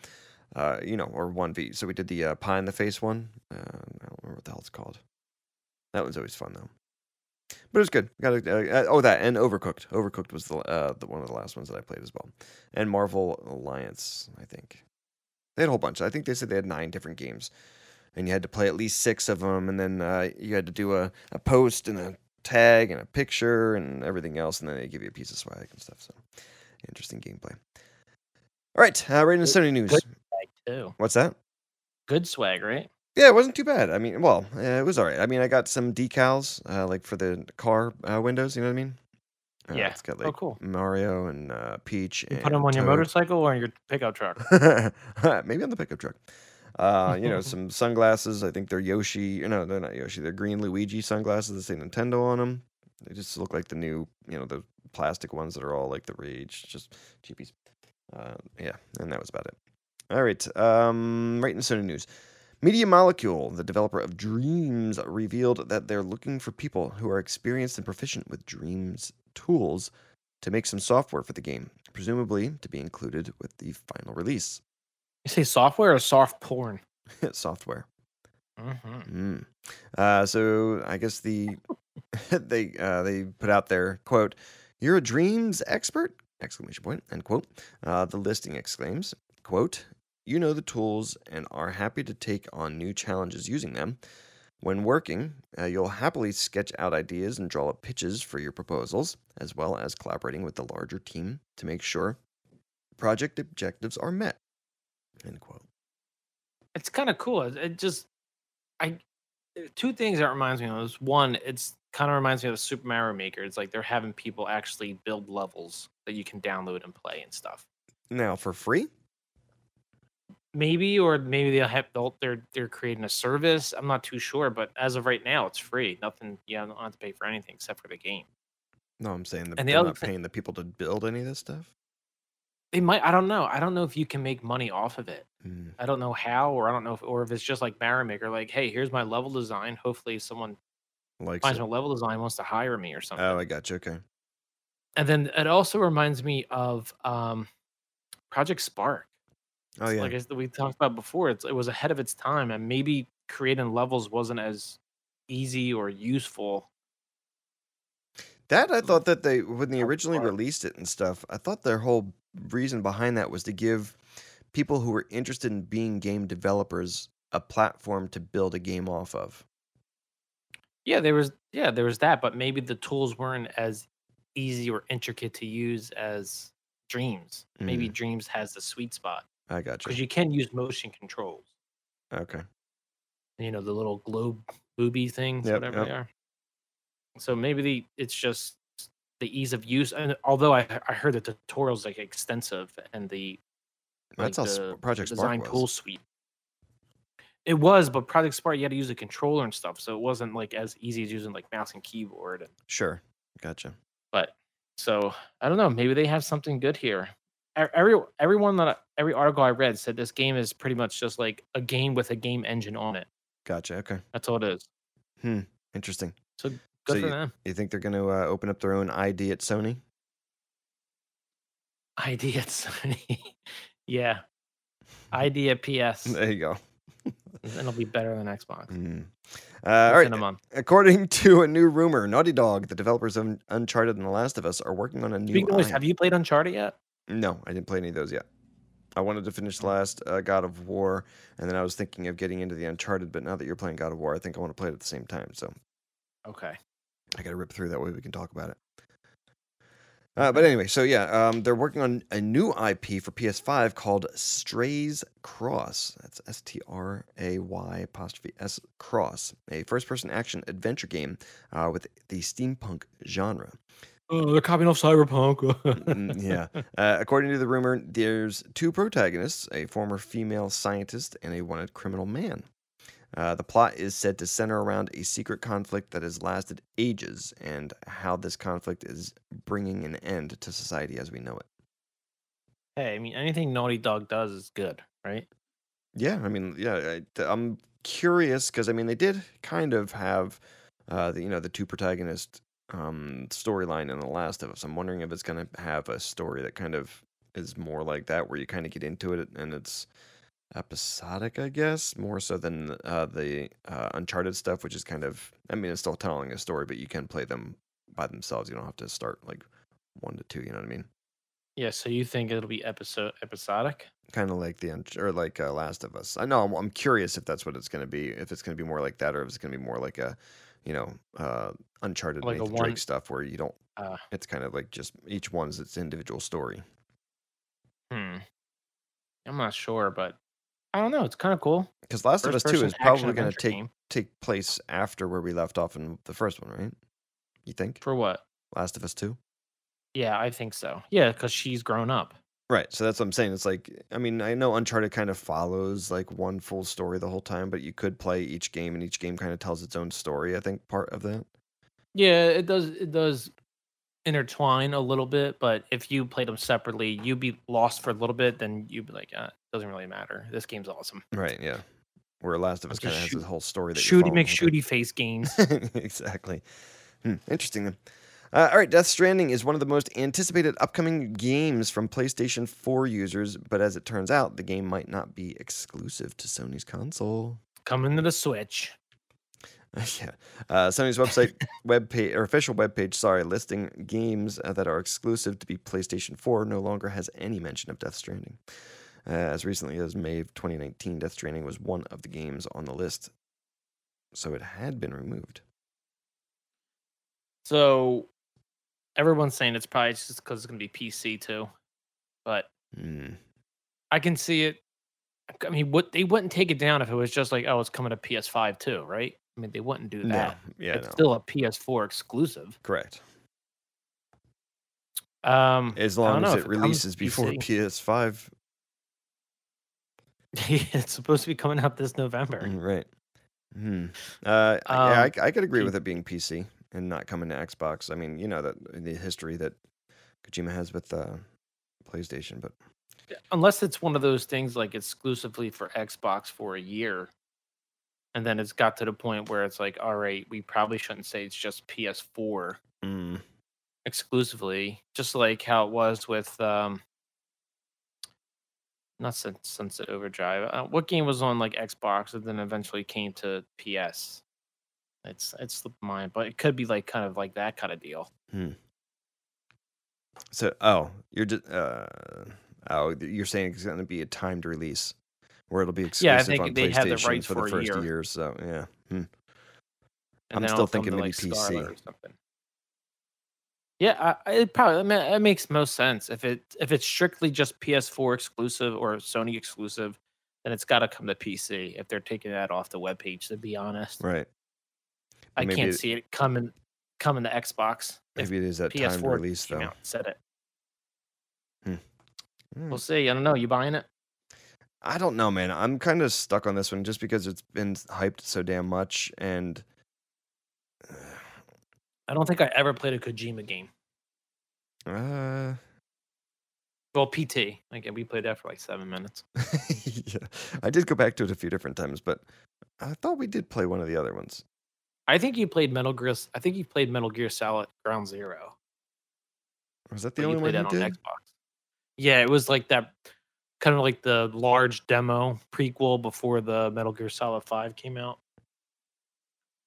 uh, you know, or one v. So we did the uh, pie in the face one. Uh, I don't remember what the hell it's called. That one's always fun though. But it was good. Got a, uh, oh that and Overcooked. Overcooked was the, uh, the one of the last ones that I played as well, and Marvel Alliance I think. They had a whole bunch. I think they said they had nine different games, and you had to play at least six of them, and then uh, you had to do a, a post and a tag and a picture and everything else, and then they give you a piece of swag and stuff. So interesting gameplay. All right, uh, right into Sony news.
good. Like two.
What's that?
Good swag, right?
Yeah, it wasn't too bad. I mean, well, uh, it was all right. I mean, I got some decals, uh, like for the car uh, windows. You know what I mean? Uh,
Yeah.
It's got
Oh,
like
cool.
Mario and uh, Peach.
You
and
put them on your
Toad.
motorcycle or on your pickup truck.
<laughs> Maybe on the pickup truck. Uh, you know, some sunglasses. I think they're Yoshi. No, they're not Yoshi. They're green Luigi sunglasses that say Nintendo on them. They just look like the new, you know, the plastic ones that are all like the rage, just cheapies. Uh, yeah, and that was about it. All right, um, right in Sony news. Media Molecule, the developer of Dreams, revealed that they're looking for people who are experienced and proficient with Dreams tools to make some software for the game, presumably to be included with the final release. <laughs>
You say software or soft porn?
software.
Mm-hmm.
Mm. Uh, so I guess the <laughs> they uh, they put out their quote, "You're a dreams expert!" exclamation point end quote. Uh, the listing exclaims quote, "You know the tools and are happy to take on new challenges using them. When working, uh, you'll happily sketch out ideas and draw up pitches for your proposals, as well as collaborating with the larger team to make sure project objectives are met." End quote.
It's kind of cool. It, it just, I, there are two things that reminds me of is one, it's kind of reminds me of Super Mario Maker. It's like they're having people actually build levels that you can download and play and stuff.
Now for free.
Maybe or maybe they'll have they'll, they're they're creating a service. I'm not too sure, but as of right now, it's free. Nothing. You don't have to pay for anything except for the game.
No, I'm saying that
And the
they're
other
not
thing-
paying the people to build any of this stuff.
They might. I don't know. I don't know if you can make money off of it.
Mm, Hmm.
I don't know how, or I don't know if, or if it's just like Mario Maker, like, hey, here's my level design. Hopefully, someone
Likes
Reminds
it.
me, level design wants to hire me or something.
Oh, I got you. Okay.
and then it also reminds me of um, Project Spark.
Oh yeah.
Like as we talked about before, it's, it was ahead of its time, and maybe creating levels wasn't as easy or useful.
That I thought that they when they
How
originally
far-
released it and stuff, I thought their whole reason behind that was to give people who were interested in being game developers a platform to build a game off of.
Yeah, there was yeah there was that, but maybe the tools weren't as easy or intricate to use as Dreams. Maybe
Mm.
Dreams has the sweet spot
I got
because
you.
you can use motion controls.
Okay.
you know the little globe booby things
Yep,
whatever
yep.
they are so maybe the it's just the ease of use and although i i heard the tutorials like extensive and the
That's
like,
how
the-
Sp- Project
the
Spark
design
was.
tool suite it was but project spark you had to use a controller and stuff so it wasn't like as easy as using like mouse and keyboard
Sure. Gotcha.
but so I don't know. Maybe they have something good here. E- Every everyone that I, every article I read said this game is pretty much just like a game with a game engine on it.
Gotcha. Okay.
That's all it is.
Interesting.
So good
So
for
you-
them.
You think they're going to uh, open up their own ID at Sony? <laughs>
ID at <laughs> Sony. yeah. ID at PS. and
There you go.
It'll be better than Xbox.
Mm. Uh, all right.
a month.
According <laughs> to a new rumor, Naughty Dog, the developers of Uncharted and The Last of Us, are working on a new.
Speaking of which,
I-
have you played Uncharted yet?
No, I didn't play any of those yet. I wanted to finish the last uh, God of War, and then I was thinking of getting into the Uncharted. But now that you're playing God of War, I think I want to play it at the same time. So
Okay.
I got to rip through that way we can talk about it. Uh, but anyway, so yeah, um, they're working on a new IP for PS5 called Strays Cross. That's S T R A Y apostrophe S Cross, a first-person action adventure game uh, with the steampunk genre.
Oh, they're copying off Cyberpunk. <laughs>
Mm, yeah. Uh, according to the rumor, there's two protagonists a former female scientist and a wanted criminal man. Uh, the plot is said to center around a secret conflict that has lasted ages and how this conflict is bringing an end to society as we know it.
Hey, I mean, anything Naughty Dog does is good, right?
Yeah, I mean, yeah, I, am curious because I mean they did kind of have, uh, the, you know, the two protagonist um, storyline in The Last of Us. I'm wondering if it's going to have a story that kind of is more like that, where you kind of get into it and it's episodic, I guess, more so than uh, the uh, Uncharted stuff, which is kind of, I mean, it's still telling a story, but you can play them by themselves. You don't have to start like one to two. You know what I mean?
Yeah. So you think it'll be episode episodic?
kind of like the Unch- or like uh, Last of Us. I know I'm, I'm curious if that's what it's going to be. If it's going to be more like that, or if it's going to be more like a, you know, uh, Uncharted
Like a
Nathan
one-
Drake stuff where you don't.
Ah.
it's kind of like just each one's its individual story.
Hmm. I'm not sure, but I don't know. It's kind of cool.
Because Last of Us Two
First-person
is
action
probably going to
adventure
take
game.
take place after where we left off in the first one, right? You think
for what?
Last of Us Two?
Yeah, I think so. Yeah, because she's grown up.
Right. So that's what I'm saying. It's like I mean, I know Uncharted kind of follows like one full story the whole time, but you could play each game and each game kind of tells its own story, I think part of that.
Yeah, it does. It does intertwine a little bit, but if you played them separately, you'd be lost for a little bit. Then you'd be like, uh, it doesn't really matter. This game's awesome.
Right. Yeah. Where Last of Us
It's
kind
just
of has
shoot-
this whole story that you're
Shooty
following
McShooty face games.
the whole time. <laughs> exactly. Hmm, interesting then. Uh, all right, Death Stranding is one of the most anticipated upcoming games from PlayStation 4 users, but as it turns out, the game might not be exclusive to Sony's console.
Coming to the Switch.
<laughs> yeah, uh, Sony's website web page or official webpage, sorry, listing games uh, that are exclusive to be PlayStation 4 no longer has any mention of Death Stranding. Uh, as recently as May of 2019, Death Stranding was one of the games on the list, so it had been removed.
So everyone's saying it's probably just because it's gonna be PC too, but
Hmm.
I can see it. I mean, what they wouldn't take it down if it was just like, oh, it's coming to PS5 too, right? I mean, they wouldn't do
No,
that.
yeah,
it's
no.
still a PS4 exclusive.
correct.
Um,
As
I don't
long as
know,
it
if it comes
releases
to
before
PC. <laughs>
PS5,
it's supposed to be coming out this November.
Mm, right? Hmm. Uh, yeah, I,
Um,
c- I could agree
P-
with it being PC and not coming to Xbox. I mean, you know that the history that Kojima has with uh, PlayStation, but
Unless it's one of those things like exclusively for Xbox for a year, And then it's got to the point where it's like, all right, we probably shouldn't say it's just PS4
Mm.
exclusively, just like how it was with um not Sun- Sunset Overdrive. Uh, what game was on like Xbox and then eventually came to PS? It's it's slipped my mind, but it could be like kind of like that kind of deal.
So, oh, you're just, uh, oh, th- you're saying it's going to be a timed release where it'll be exclusive
Yeah, I think
on
they had the
PlayStation
rights
for the
for a
first
year.
So, yeah. Hmm.
And
I'm
then
still
it'll come to,
thinking maybe
Scarlet
PC.
or something. Yeah, I, I- it probably I mean, it makes most sense if it if it's strictly just PS4 exclusive or Sony exclusive, then it's got to come to PC if they're taking that off the webpage. To be honest,
Right.
I
Maybe
can't
it-
see it coming coming to Xbox. If
Maybe it is that timed
PS4
release,
came
though.
out and said it.
Hmm.
We'll see. I don't know. You buying it?
I don't know, man. I'm kind of stuck on this one just because it's been hyped so damn much, and
I don't think I ever played a Kojima game.
uh,
Well, PT. Like we played that for like seven minutes.
<laughs> yeah, I did go back to it a few different times, but I thought we did play one of the other ones.
I think you played Metal Gear. I think you played Metal Gear Solid Ground Zero.
Was that the
but
only one
Oh, played
you
that on
did?
Xbox. Yeah, it was like that kind of like the large demo prequel before the Metal Gear Solid 5 came out.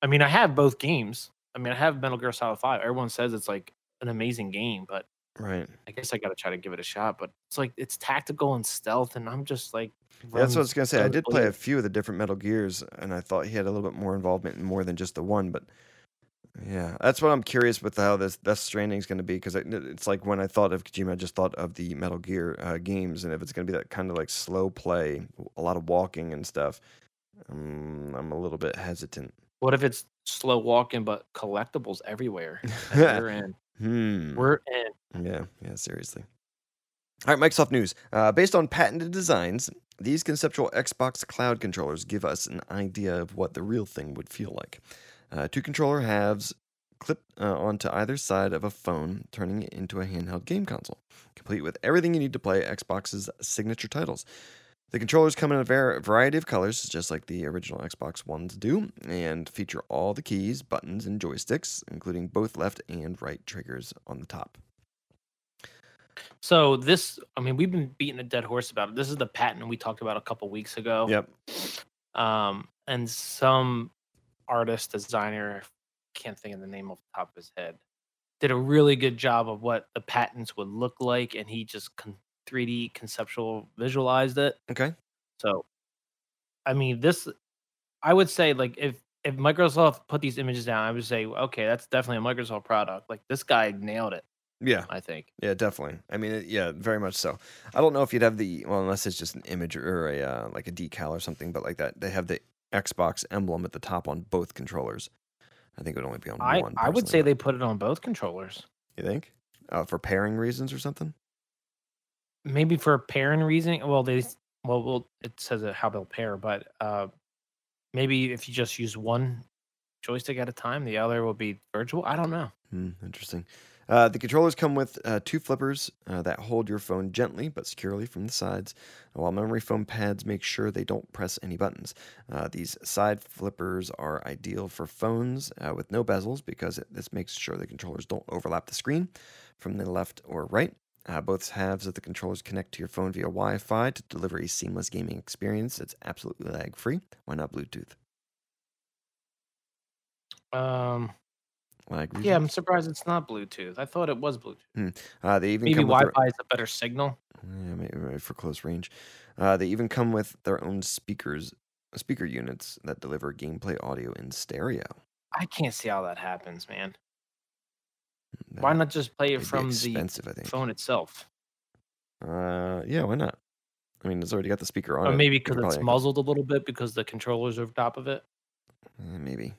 I mean, I have both games. I mean, I have Metal Gear Solid 5. Everyone says it's like an amazing game, but
Right.
I guess I got to try to give it a shot, but it's like it's tactical and stealth and I'm just like
Yeah, that's what I
run-
was gonna say. I
runs
did play a
blades.
few of the different Metal Gears, and I thought he had a little bit more involvement in more than just the one. But yeah, that's what I'm curious with how this Death Stranding is gonna be because it's like when I thought of Kojima, I just thought of the Metal Gear uh, games, and if it's gonna be that kind of like slow play, a lot of walking and stuff, um, I'm a little bit hesitant.
What if it's slow walking but collectibles
<laughs>
everywhere? We're in.
hmm.
We're in.
Yeah, yeah, seriously. All right, Microsoft News. Uh, based on patented designs, these conceptual Xbox cloud controllers give us an idea of what the real thing would feel like. Uh, two controller halves clipped uh, onto either side of a phone, turning it into a handheld game console, complete with everything you need to play Xbox's signature titles. The controllers come in a var- variety of colors, just like the original Xbox ones do, and feature all the keys, buttons, and joysticks, including both left and right triggers on the top.
So this, I mean, we've been beating a dead horse about it. This is the patent we talked about a couple weeks ago.
Yep.
Um, and some artist designer, I can't think of the name off the top of his head, did a really good job of what the patents would look like, and he just con- 3D conceptual visualized it.
Okay.
So, I mean, this, I would say, like, if if Microsoft put these images down, I would say, okay, that's definitely a Microsoft product. Like, this guy nailed it.
Yeah.
I think.
Yeah, definitely. I mean, it, yeah, very much so. I don't know if you'd have the well, unless it's just an image or a uh, like a decal or something, but like that, they have the Xbox emblem at the top on both controllers. I think it would only be on
I,
one.
I would say
personally,
they put it on both controllers.
but- You think? Uh, for pairing reasons or something?
maybe for a pairing reason. Well, they s- well, well it says it how they'll pair, but uh, maybe if you just use one joystick at a time, the other will be virtual. I don't know.
Hmm, interesting. Uh, the controllers come with uh, two flippers uh, that hold your phone gently but securely from the sides, while memory foam pads make sure they don't press any buttons. Uh, these side flippers are ideal for phones uh, with no bezels because it, this makes sure the controllers don't overlap the screen from the left or right. Uh, both halves of the controllers connect to your phone via Wi Fi to deliver a seamless gaming experience that's absolutely lag free. Why not Bluetooth?
Um,
Lag
yeah,
reasons?
I'm surprised it's not Bluetooth. I thought it was Bluetooth.
Uh, they even
Maybe
come with their-
Wi-Fi is a better signal.
Yeah, maybe, maybe for close range. Uh, they even come with their own speakers, speaker units that deliver gameplay audio in stereo.
I can't see how that happens, man.
That
Why not just play
may
it
be
from the
expensive, I think.
phone itself?
Uh, yeah, why not? I mean, it's already got the speaker on.
Or
it.
Uh, maybe
You could
because it's
probably-
muzzled a little bit because the controllers are over top of it.
Uh, maybe.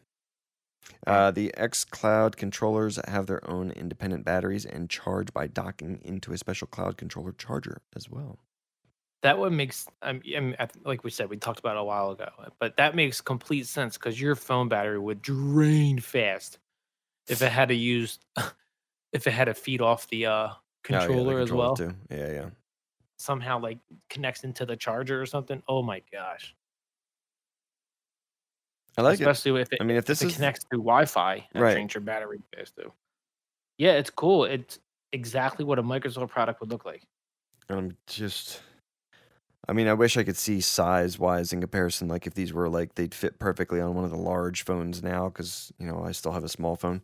Uh, the X Cloud controllers have their own independent batteries and charge by docking into a special cloud controller charger as well. Oh,
that what makes um, I mean, I th- like we said we talked about it a while ago uh, but that makes complete sense because your phone battery would drain fast if it had to use <laughs> if it had to feed off the uh
Oh, yeah, the
controller as
controller
well
too. Yeah, yeah.
somehow like connects into the charger or something oh my gosh
I like it.
especially if it,
I mean, if this
if it
is
connects to Wi-Fi and
Right.
right. drains your battery goes to. Yeah, it's cool. It's exactly what a Microsoft product would look like.
I'm just. I mean, I wish I could see size wise in comparison. Like, if these were like they'd fit perfectly on one of the large phones now, because you know I still have a small phone.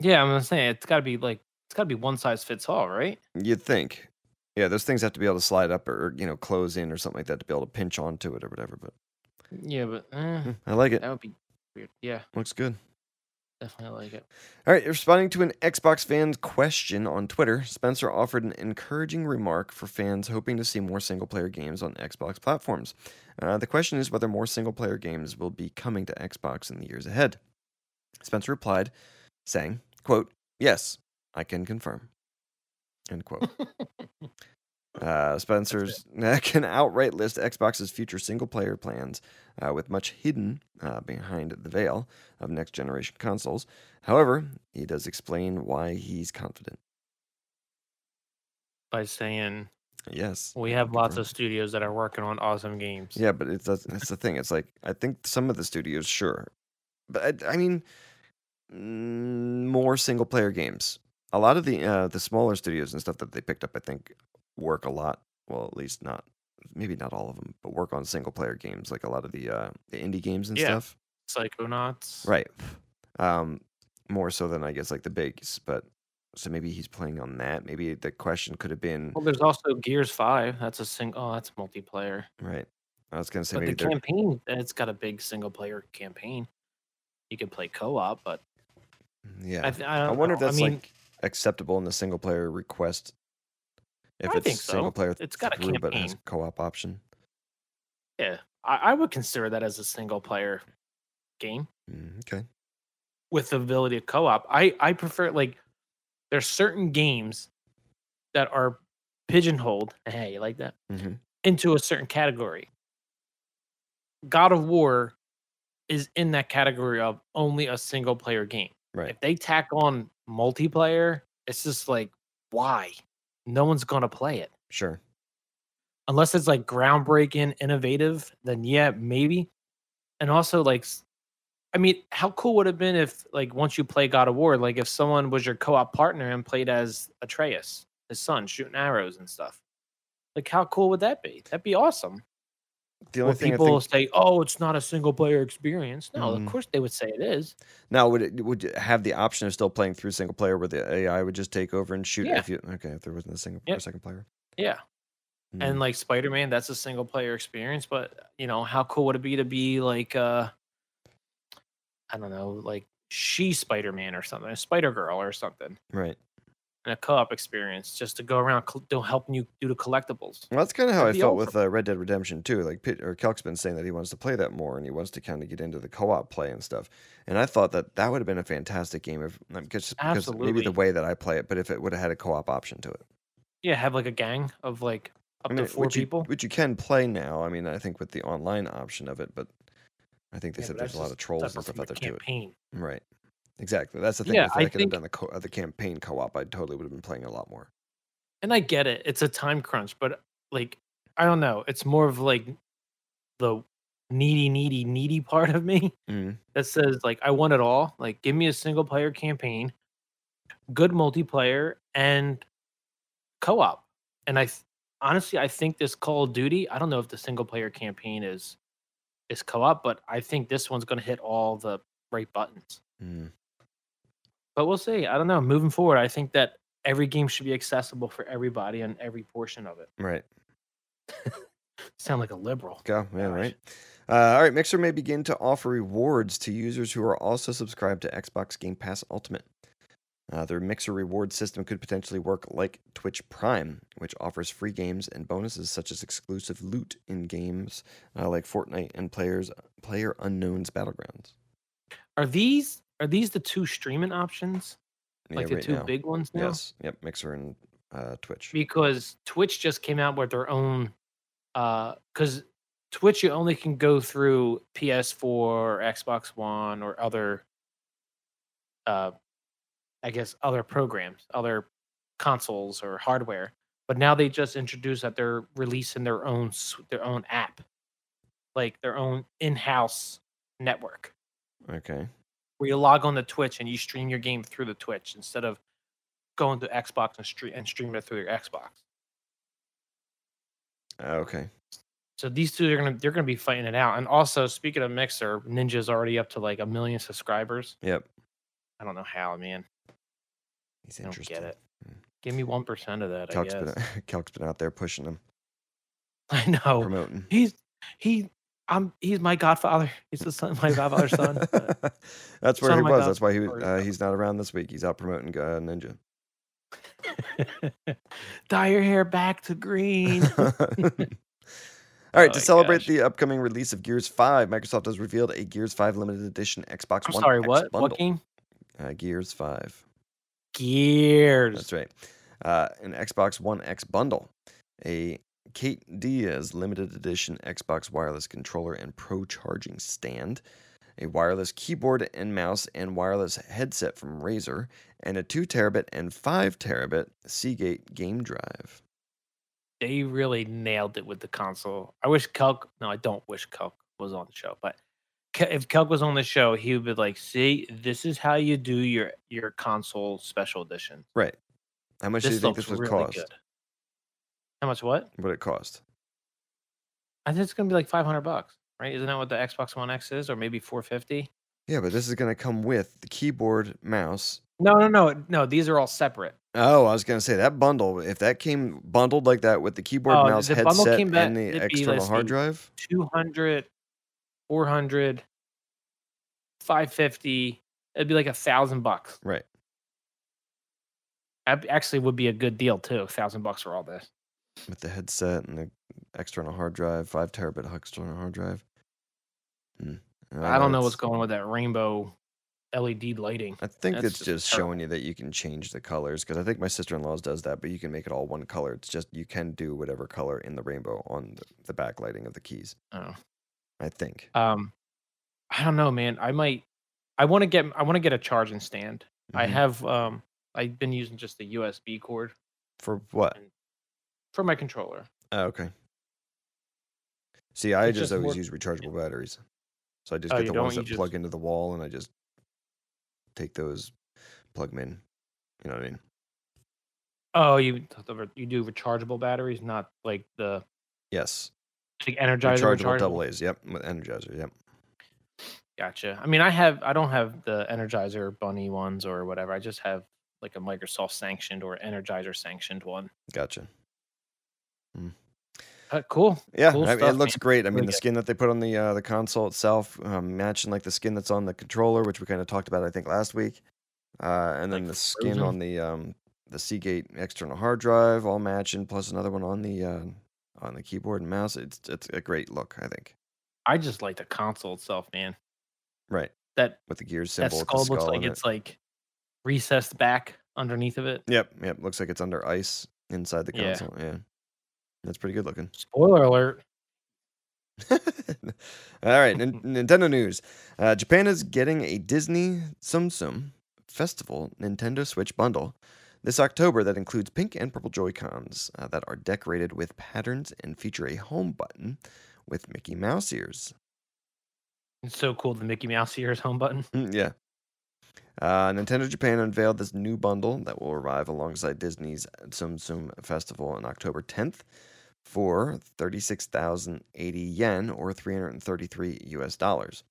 Yeah, I'm saying it's got to be like it's got to be one size fits all, right?
You'd think, yeah, those things have to be able to slide up or you know close in or something like that to be able to pinch onto it or whatever. But
Yeah, but eh,
hmm, I like it.
that would be weird. Yeah,
Looks good.
definitely like it.
All right, responding to an Xbox fan's question on Twitter, Spencer offered an encouraging remark for fans hoping to see more single player games on Xbox platforms. Uh, the question is whether more single player games will be coming to Xbox in the years ahead. Spencer replied, saying, quote, Yes, I can confirm. End quote. <laughs> Uh, Spencer's <laughs> can outright list Xbox's future single player plans uh, with much hidden uh, behind the veil of next generation consoles. However, he does explain why he's confident.
By saying
Yes.
we have
lots
lots
confirm.
of
of
studios that are working on awesome games.
Yeah, but it's that's, that's the thing. It's like I think some of the studios, sure, but I, I mean, mm, more single player games. A lot of the uh, the smaller studios and stuff that they picked up, I think, work a lot. Well, at least not maybe not all of them, but work on single player games like a lot of the uh, the indie games and
Yeah.
stuff.
Psychonauts.
Right. Um, more so than I guess like the bigs, but so maybe he's playing on that. Maybe the question could have been
Well, there's also Gears Five. That's a single. Oh, that's multiplayer.
right. I was gonna say
But
maybe
the
they're
campaign, it's got a big single player campaign. You can play co-op, but
yeah.
I,
I,
th- Uh, I, don't
wonder if
know.
that's
I mean,
like acceptable in the single player request. If
I
it's
think
single
so.
player,
It's got a
through, but has
campaign.
co-op option.
yeah, I, I would consider that as a single player game
Mm, okay.
with the ability of co-op. I I prefer like there's certain games that are pigeonholed. Hey, you like that
Mhm.
into a certain category. God of War is in that category of only a single player game.
Right.
if they tack on multiplayer, it's just like, why? No one's gonna play it
Sure.
unless it's like groundbreaking, innovative. Then yeah, maybe. And also like, s- I mean, how cool would it have been if like once you play God of War, like if someone was your co-op partner and played as Atreus, his son, shooting arrows and stuff. Like, how cool would that be? That'd be awesome.
The
Will
only thing I
people
think
say, "Oh, it's not a single-player experience." No,
Mhm.
of course they would say it is.
now would it would it have the option of still playing through single player where the AI would just take over and shoot
Yeah.
if you okay if there wasn't a single
Yep.
or second player.
Yeah.
Mm.
and like spider-man that's a single player experience but you know how cool would it be to be like uh i don't know like she spider-man or something spider-girl or something
right.
and a co-op experience just to go around col- do- helping you do the collectibles
Well, that's kind of how I
That'd be
felt with uh, Red Dead Redemption too. Like, Pit, or Kelk's been saying that he wants to play that more, and he wants to kind of get into the co-op play and stuff. And I thought that that would have been a fantastic game if like, just because maybe the
Absolutely.
way that I play it, but if it would have had a co-op option to it,
yeah have like a gang of like up
I mean,
to four
which
people
you, which you can play now. I mean, I think with the online option of it, but I think they
Yeah,
said
but
there's
that's
a lot
just
of trolls and
separate
stuff
from
out
the
there to it.
campaign
Right. Exactly. That's the thing.
Yeah,
if
I
I, could
think-
have done the, co- uh, the campaign co-op, I totally would have been playing a lot more.
and i get it it's a time crunch but like i don't know it's more of like the needy needy needy <laughs> part of me
Mm.
that says like I want it all. Like give me a single player campaign, good multiplayer, and co-op. And I th- honestly I think this Call of Duty. I don't know if the single player campaign is is co-op, but I think this one's going to hit all the right buttons.
Mm.
But we'll see. I don't know. Moving forward, I think that every game should be accessible for everybody and every portion of it.
Right.
Sound like a liberal.
Go, yeah,
Gosh.
right. Uh, all right, Mixer may begin to offer rewards to users who are also subscribed to Xbox Game Pass Ultimate. Uh, their Mixer reward system could potentially work like Twitch Prime, which offers free games and bonuses such as exclusive loot in games uh, like Fortnite and players Player Unknown's Battlegrounds.
Are these are these the two streaming options?
Yeah,
Like the
right
two
now.
big ones now?
Yes. Yep. Mixer and uh, Twitch.
because Twitch just came out with their own uh cuz Twitch you only can go through PS4 or Xbox One or other uh I guess other programs, other consoles or hardware. But now they just introduced that they're releasing their own s- their own app. Like their own in-house network
Okay.
where you log on to Twitch and you stream your game through the Twitch instead of going to Xbox and stream and stream it through your Xbox.
Uh, Okay.
So these two are gonna they're gonna be fighting it out. And also speaking of Mixer, Ninja's already up to like a million subscribers.
Yep.
I don't know how, man.
He's
I don't
interested.
get it.
Mm.
Give me one percent of that.
Calc's
I
been,
guess.
<laughs>
Oh.
Calc's been out there pushing him,
<laughs> I know.
promoting.
He's he. I'm. He's my godfather. He's the son, my godfather's
<laughs>
son. <laughs> but-
That's where
Son
he
of my
was. That's why he
godfather's
was- uh,
son.
he's not around this week. He's out promoting
<laughs>
uh, Ninja.
Dye your hair back to
<laughs>
green.
All right,
Oh
to
my
celebrate
gosh.
the upcoming release of Gears 5, Microsoft has revealed a Gears 5 limited edition Xbox
I'm
One
sorry.
X
What?
bundle.
What game?
Uh, Gears 5.
Gears.
That's right. Uh, an Xbox One X bundle, a Kate Diaz limited edition Xbox wireless controller and pro charging stand, a wireless keyboard and mouse and wireless headset from Razer, and a 2 terabit and 5 terabit Seagate game drive.
They really nailed it with the console. I wish Kelk. No, I don't wish Kelk was on the show. But Ke- if Kelk was on the show, he would be like, "See, this is how you do your your console special edition.
Right. How much
This
do you think
looks
this would
really
cost?
good." How much? What?
What it cost?
I think it's gonna be like five hundred bucks, right? Isn't that what the Xbox One X is, or maybe four fifty?
Yeah, but this is going to come with the keyboard, mouse.
No, no, no, no. These are all separate.
Oh, I was going to say that bundle, if that came bundled like that with the keyboard,
Oh,
mouse,
the bundle
headset,
came back-
and the
it'd be,
external
let's
hard
see,
drive.
200 400 550 it'd be like a thousand bucks
Right.
that actually would be a good deal too a thousand bucks for all this
with the headset and the external hard drive, five terabit external hard drive. Mm.
i don't know what's
it's-
going on with that rainbow led lighting
I think
That's
it's
just
just
terrible.
showing you that you can change the colors because I think my sister in law's does that, but you can make it all one color. It's just you can do whatever color in the rainbow on the, the backlighting of the keys.
oh.
I think.
um i don't know man i might i want to get i want to get a charging stand i
Mhm.
have um i've been using just the usb cord
for what?
for my controller
Oh, okay. See, I
It's
just
just more-
always use rechargeable batteries, so I just
Oh,
get
you
the ones
don't?
that
You
plug into the wall, and I just take those, plug them in. You know what I mean?
oh you you do rechargeable batteries not like the
Yes.
like energizer
Rechargeable
rechargeable?
double A's. Yep, with Energizer. Yep.
Gotcha. I mean, I have I don't have the Energizer Bunny ones or whatever. I just have like a Microsoft sanctioned or Energizer sanctioned one.
Gotcha.
Uh, cool.
Yeah,
Cool
I- it
stuff,
looks
man.
great. I mean,
Really
the
good.
skin that they put on the uh, the console itself, um, matching like the skin that's on the controller, which we kind of talked about, I think, last week. Uh, and then
Like
the skin
frozen.
on the um, the Seagate external hard drive, all matching, plus another one on the uh, on the keyboard and mouse. It's it's a great look, I think.
I just like the console itself, man.
Right,
That
with the gears
that
symbol, with
skull,
the skull
looks like
in it.
it's like recessed back underneath of it.
Yep, yep. Looks like it's under ice inside the
Yeah.
console. Yeah, that's pretty good looking.
Spoiler alert.
<laughs> All right, Nin- Nintendo news. Uh, Japan is getting a Disney Sumsum Festival Nintendo Switch bundle this October that includes pink and purple Joy Cons uh, that are decorated with patterns and feature a home button with Mickey Mouse ears.
It's so cool the Mickey Mouse ears home button.
Mm, <laughs> yeah. Uh, Nintendo Japan unveiled this new bundle that will arrive alongside Disney's Tsum Festival on October 10th for 36,080 yen or 333 US dollars.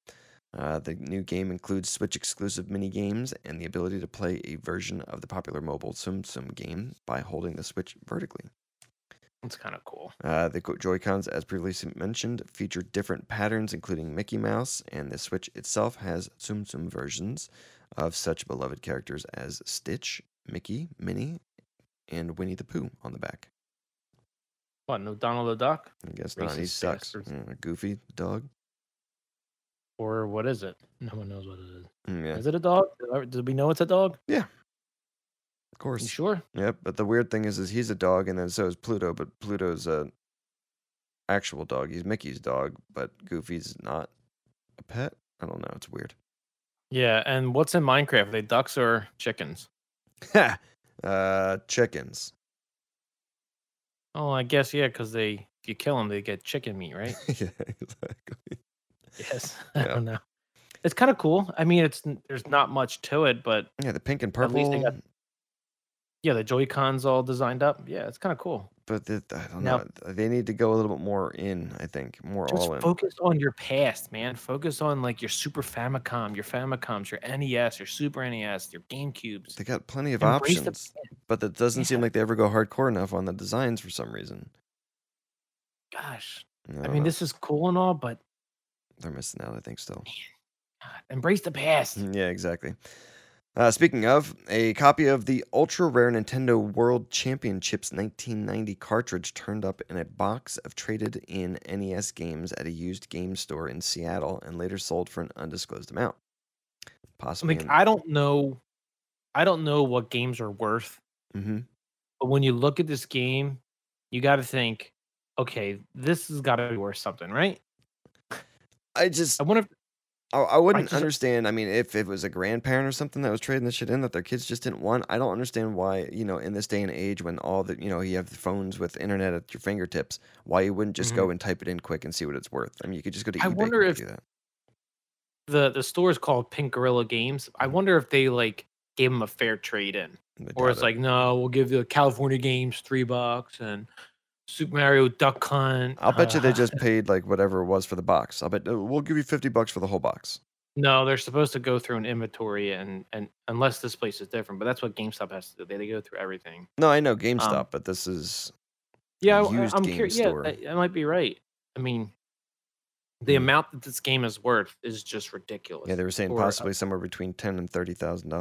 Uh, the new game includes Switch exclusive mini games and the ability to play a version of the popular mobile Tsum game by holding the Switch vertically.
It's kind of cool.
Uh, the Joy Cons, as previously mentioned, feature different patterns, including Mickey Mouse, and the Switch itself has Tsum Tsum versions of such beloved characters as Stitch, Mickey, Minnie, and Winnie the Pooh on the back.
What? No Donald the Duck
I guess not. He
Racist
sucks.
bastards.
Mm, goofy dog.
or what is it? No one knows what it is.
Mm, yeah,
Is it a dog? Or Did we know it's a dog?
of
You
course.
sure?
Yep. But the weird thing is, is he's a dog, and then so is Pluto. But Pluto's a actual dog. He's Mickey's dog, but Goofy's not a pet. I don't know. It's weird.
Yeah. And what's in Minecraft? Are they ducks or chickens?
uh, chickens. <laughs>
Oh, I guess yeah, because they
<laughs>
if you kill them, they get chicken meat, right?
yeah, exactly.
yes. <laughs>
Yeah.
I don't know. It's kind of cool. I mean, it's n- there's not much to it, but
Yeah, the pink and
At
purple.
least they got- yeah, the Joy Cons all designed up. Yeah, it's kind of cool.
but the, I don't
Now-
know. They need to go a little bit more in. I think more
Just
all in.
focus on your past, man. Focus on like your Super Famicom, your Famicoms, your NES, your Super NES, your GameCubes.
They got plenty of
Embrace the
options, but that doesn't seem
Yeah.
like they ever go hardcore enough on the designs for some reason.
Gosh, I
don't
mean,
know.
this is cool and all, but
they're missing out. I think still.
God, embrace the past.
<laughs> Yeah, exactly. Uh, speaking of, a copy of the ultra rare Nintendo World Championships 1990 cartridge turned up in a box of traded in NES games at a used game store in Seattle and later sold for an undisclosed amount. Possibly.
Like, I don't know, I don't know what games are worth,
hmm
but when you look at this game, you got to think, okay, this has got to be worth something, right?
I just,
I wonder if
I, Oh, I wouldn't
just-
understand. I mean, if it was a grandparent or something that was trading this shit in that their kids just didn't want, I don't understand why, you know, in this day and age when all the, you know, you have the phones with internet at your fingertips, why you wouldn't just go and type it in quick and see what it's worth. I mean, you could just go to
Mm-hmm. I
eBay and
wonder if-
do that.
the the store is called Pink Gorilla Games. I wonder if they like gave them a fair trade in,
I
or
Mm-hmm. doubt
it's
it.
like, no, we'll give you California Games three bucks and Super Mario Duck Hunt.
I'll bet you
uh,
they just paid like whatever it was for the box. I'll bet uh, we'll give you 50 bucks for the whole box.
<laughs> No, they're supposed to go through an inventory, and and unless this place is different, but that's what GameStop has to do. They, they go through everything.
No, I know GameStop, but this is,
Yeah,
a
I-
used
I'm
game
curious.
store.
Yeah, I, I might be right. I mean, the
Mm.
amount that this game is worth is just ridiculous.
yeah, they were saying
for a-
possibly somewhere between 10 and $30,000
<laughs>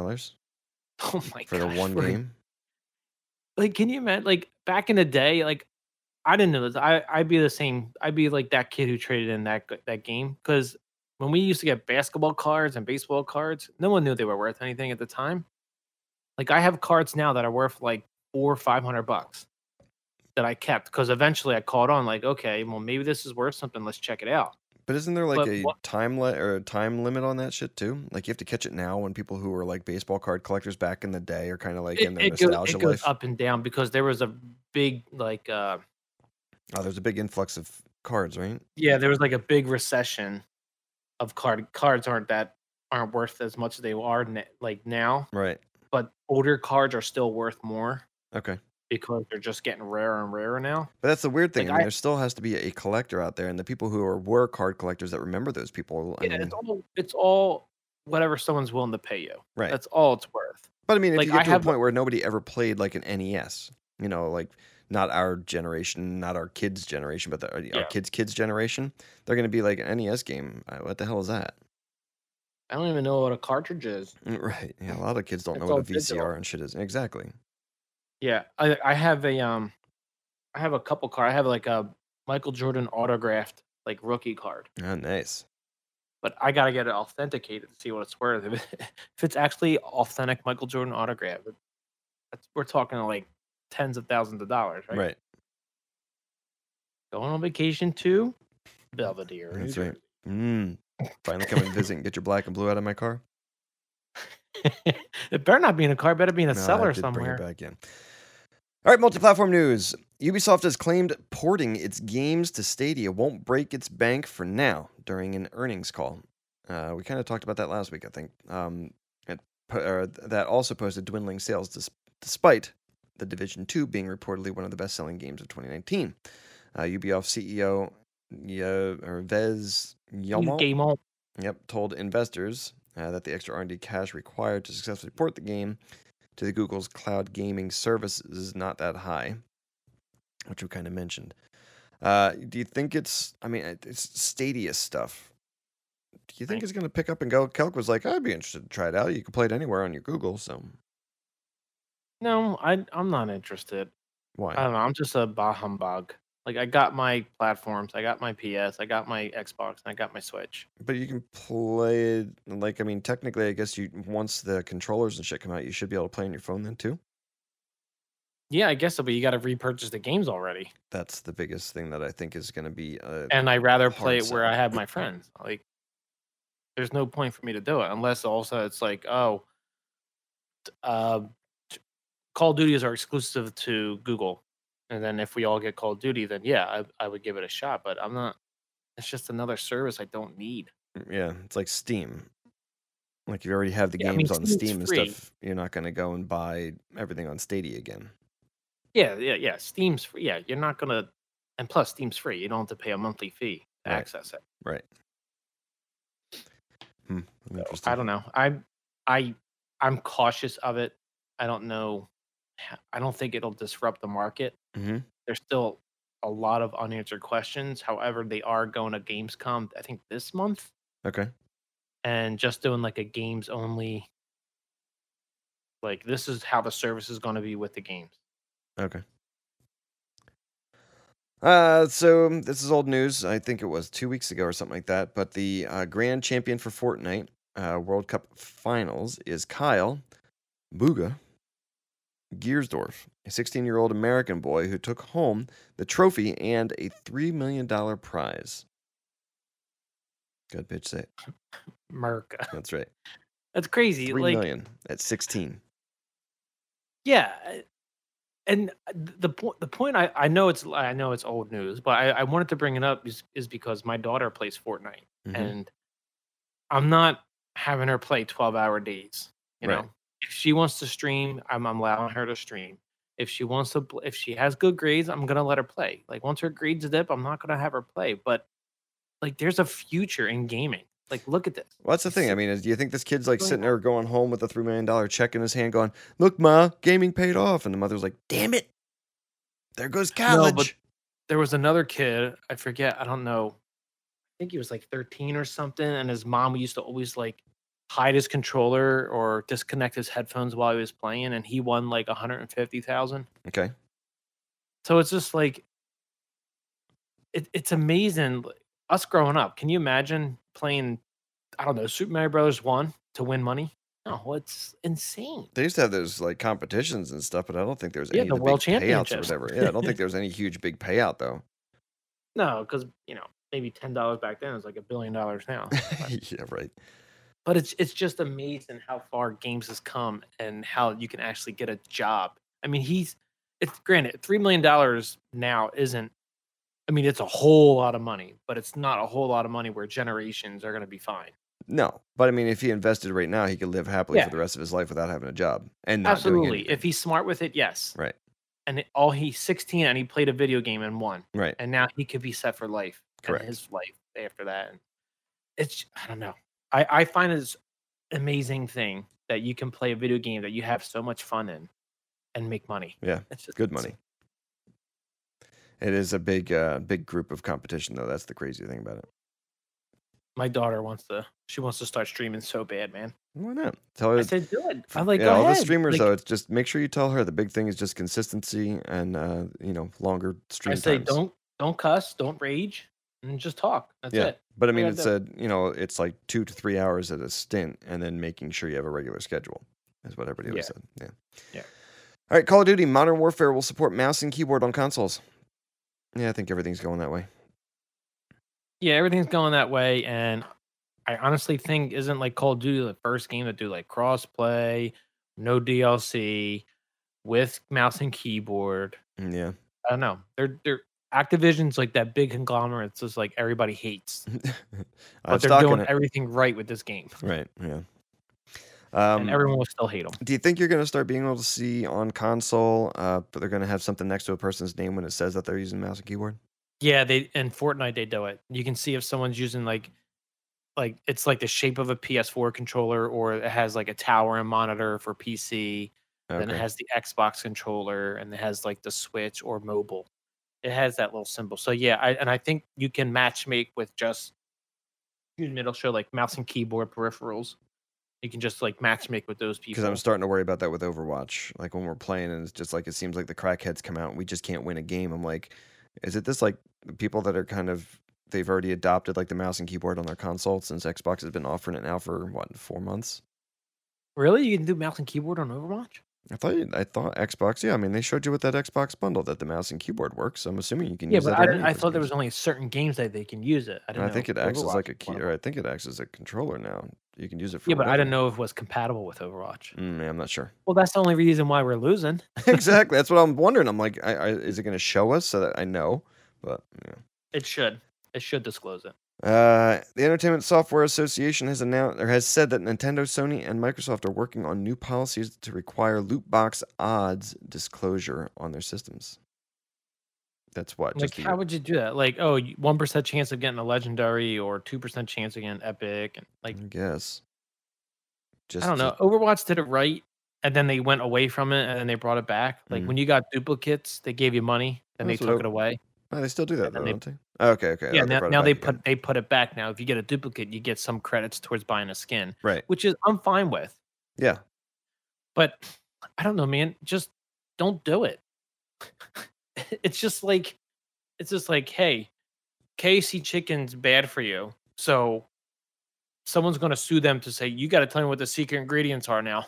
uh oh my
for the
gosh,
one
for a
game.
like can you imagine like back in the day like i didn't know this i i'd be the same i'd be like that kid who traded in that g- that game because when we used to get basketball cards and baseball cards no one knew they were worth anything at the time like i have cards now that are worth like four or five hundred bucks that i kept because eventually i caught on like okay well maybe this is worth something let's check it out
But isn't there like
But
a
what-
time li- or a time limit on that shit too? Like you have to catch it now when people who are like baseball card collectors back in the day are kind of like in
it,
their
it, goes,
nostalgia
it goes
life.
up and down because there was a big like uh
Oh, there's a big influx of cards, right?
yeah there was like a big recession of card cards aren't that aren't worth as much as they are na- like now
Right.
but older cards are still worth more
Okay.
because they're just getting rarer and rarer now
But that's the weird thing.
Like,
I mean,
I-
there still has to be a collector out there, and the people who are were card collectors that remember those people. I
yeah
mean,
it's all it's all whatever someone's willing to pay you
right.
that's all it's worth
But I mean, if
like,
you get
I
to
have
a
a-
point where nobody ever played like an NES, you know, like not our generation, not our kids' generation, but the, uh, our
Yeah.
kids' kids' generation, they're going to be like an NES game. uh, What the hell is that?
i don't even know what a cartridge is
<laughs> Right. Yeah, a lot of kids don't
It's
know
all
what a VCR
digital.
and shit is. Exactly.
yeah i i have a um i have a couple card i have like a michael jordan autographed like rookie card
Oh, nice.
but I gotta get it authenticated to see what it's worth. If, it- <laughs> if it's actually authentic Michael Jordan autograph, it- that's, we're talking like tens of thousands of dollars, right?
Right.
Going on vacation to Belvedere. New
That's right. Mm. Finally come and visit and get your black and blue out of my car.
Jersey. <laughs> it better not be in a car. it Better be in a
No, I
cellar
did Bring
somewhere.
it back in. All right, multi-platform news. Ubisoft has claimed porting its games to Stadia won't break its bank for now during an earnings call. Uh, we kind of talked about that last week, I think. Um, it, po- or th- that also posted dwindling sales dis- despite the Division 2 being reportedly one of the best-selling games of 2019. Uh, Ubisoft CEO Yo, or Vez Yelmo.
Game on.
Yep, told investors uh, that the extra R&D cash required to successfully port the game to the Google's cloud gaming service is not that high, which we kind of mentioned. Uh, do you think it's? I mean, it- it's Stadia stuff. Do you think
Right.
it's going to pick up and go? Kelk was like, "I'd be interested to try it out. You can play it anywhere on your Google." So
No, I I'm not interested. I
why?
don't know. I'm just a bah humbug. Like I got my platforms. I got my PS. I got my Xbox. And I got my Switch.
But you can play it. Like, I mean, technically, I guess you once the controllers and shit come out, you should be able to play on your phone then too.
Yeah, I guess so. But you got to repurchase the games already.
That's the biggest thing that I think is going to be. Uh,
and I'd rather
hard
play it where
sell.
I have
<laughs>
my friends. Like, there's no point for me to do it unless also it's like, oh, t- uh, t- Call of Duties are exclusive to Google, and then if we all get Call of Duty, then yeah, I, I would give it a shot. But I'm not. It's just another service I don't need.
Yeah, Mm, it's like Steam. Like you already have the
Yeah, I mean,
games on
Steam's
Steam and
free.
stuff. You're not going to go and buy everything on Stadia again.
Yeah, yeah, yeah. Steam's free. Yeah, you're not gonna. And plus, Steam's free. You don't have to pay a monthly fee to
Right.
access it.
Right. Hmm, interesting.
I don't know. I'm, I, I'm cautious of it. I don't know. h- I don't think it'll disrupt the market.
Mhm.
There's still a lot of unanswered questions. However, they are going to Gamescom. I think this month.
Okay.
and just doing like a games only like this is how the service is going to be with the games
Okay. Uh, so um, this is old news. I think it was two weeks ago or something like that. But the uh, grand champion for Fortnite uh, World Cup Finals is Kyle Buga Giersdorf, a 16-year-old American boy who took home the trophy and a three million dollar prize. Good pitch, say
<laughs> merca
that's right.
that's crazy
Three million
like
at sixteen.
yeah I- and uh, th- the point the point I, I know it's i know it's old news but i, I wanted to bring it up is, is because my daughter plays fortnite
Mhm.
and I'm not having her play 12 hour days. You
Right.
know, if she wants to stream, I'm allowing her to stream. If she wants to, pl- if she has good grades, I'm gonna let her play. Like once her grades dip, I'm not gonna have her play. But like, there's a future in gaming. Like, look at this.
Well, that's the thing. I mean, is, do you think this kid's like
Going
sitting there going home with a three million dollar check in his hand, going, "Look, ma, gaming paid off," and the mother's like, "Damn it, there goes
No,
college."
but- There was another kid. I forget. I don't know. I think he was like 13 or something, and his mom used to always like hide his controller or disconnect his headphones while he was playing, and he won like 150,000.
Okay,
So it's just like it, it's amazing. like, Us growing up, can you imagine playing? I don't know, Super Mario Brothers One to win money. No, it's insane.
they used to have those like competitions and stuff, but I don't think there was
Yeah,
any
the
of the
world
big payouts or
championships.
whatever. Yeah, I don't think there was any huge big
<laughs>
payout though. <laughs>
No, because you know maybe ten dollars back then is like a billion dollars now.
yeah, right.
but it's it's just amazing how far games has come and how you can actually get a job. I mean, he's it's granted three million dollars now isn't. I mean, it's a whole lot of money, but it's not a whole lot of money where generations are going to be fine.
No, but I mean, if he invested right now, he could live happily
Yeah.
for the rest of his life without having a job and not doing
Absolutely.
anything.
If he's smart with it, yes.
Right.
And it, all he's 16 and he played a video game and won.
right.
And now he could be set for life.
Correct.
And his life after that. And it's I don't know. I, I find it's amazing thing that you can play a video game that you have so much fun in and make money.
Yeah,
It's just
good
it's-
money. It is a big, uh, big group of competition though. That's the crazy thing about it.
My daughter wants to she wants to start streaming so bad, man.
Why not? Tell her
I said do it.
F-
I'm like,
yeah,
go
all the
ahead."
streamers
Like,
though, it's just make sure you tell her the big thing is just consistency and uh, you know longer stream
I say
times.
don't don't cuss, don't rage, and just talk. That's
yeah,
it.
but I
I
mean,
got
it's a you know, it's like two to three hours at a stint, and then making sure you have a regular schedule is what everybody always said. Yeah.
Yeah.
All right, Call of Duty Modern Warfare will support mouse and keyboard on consoles. Yeah, I think everything's going that way.
yeah, everything's going that way, and I honestly think isn't like Call of Duty the first game to do like crossplay, no DLC, with mouse and keyboard.
Mm, Yeah. <laughs>
I don't know. They're they're Activision's like that big conglomerate. It's just like everybody hates,
I'm
but they're
stocking
doing
it.
everything right with this game,
right. Yeah. Um,
and everyone will still hate them.
Do you think you're going to start being able to see on console, uh, but they're going to have something next to a person's name when it says that they're using mouse and keyboard?
Yeah, they in Fortnite they do it. You can see if someone's using like like it's like the shape of a PS4 controller, or it has like a tower and monitor for PC. Then it has the Xbox controller and it has like the Switch or mobile. It has that little symbol. So yeah, I, and I think you can match make with just excuse me, it'll show like mouse and keyboard peripherals. You can just like match make with those people.
Because I'm starting to worry about that with Overwatch. Like when we're playing, and it's just like it seems like the crackheads come out and we just can't win a game. I'm like, is it this like the people that are kind of they've already adopted like the mouse and keyboard on their console since Xbox has been offering it now for what four months?
really, you can do mouse and keyboard on Overwatch?
I thought I thought Xbox. Yeah, I mean they showed you with that Xbox bundle that the mouse and keyboard works. So I'm assuming you can
Yeah,
use
but
that.
I,
on
didn't-
any
I
of those
thought there
games.
was only certain games that they can use it. I
And
didn't
I
know
think
if
it acts as
Overwatch
like a
was
key,
one of
or
them.
I think it acts as a controller now. You can use it for.
Yeah, but I
whatever.
didn't know if it was compatible with Overwatch.
Mm, yeah, I'm not
<laughs>
sure.
Well, that's the only reason why we're losing.
exactly. That's what I'm wondering. I'm like, I, I, is it going to show us so that I know? But yeah.
It should. It should disclose it.
Uh, the Entertainment Software Association has announced or has said that Nintendo, Sony, and Microsoft are working on new policies to require loot box odds disclosure on their systems. That's what.
Like,
just a
how
year.
would you do that? Like, oh, one percent chance of getting a legendary, or two percent chance of getting epic, and like,
I guess. Mm, Just
I don't
to-
know. Overwatch did it right, and then they went away from it, and then they brought it back. Like
Mhm.
when you got duplicates, they gave you money, then they
That's what
took
I-
it away.
Oh, they still do that
and
though,
then they-
don't they? Oh, okay, okay.
yeah,
Oh,
now,
brought it
now they
back again.
put they put it back. Now, if you get a duplicate, you get some credits towards buying a skin,
right.
which is I'm fine with.
Yeah,
But I don't know, man. Just don't do it. <laughs> it's just like it's just like, hey, KFC chicken's bad for you. So someone's gonna sue them to say you got to tell me what the secret ingredients are now.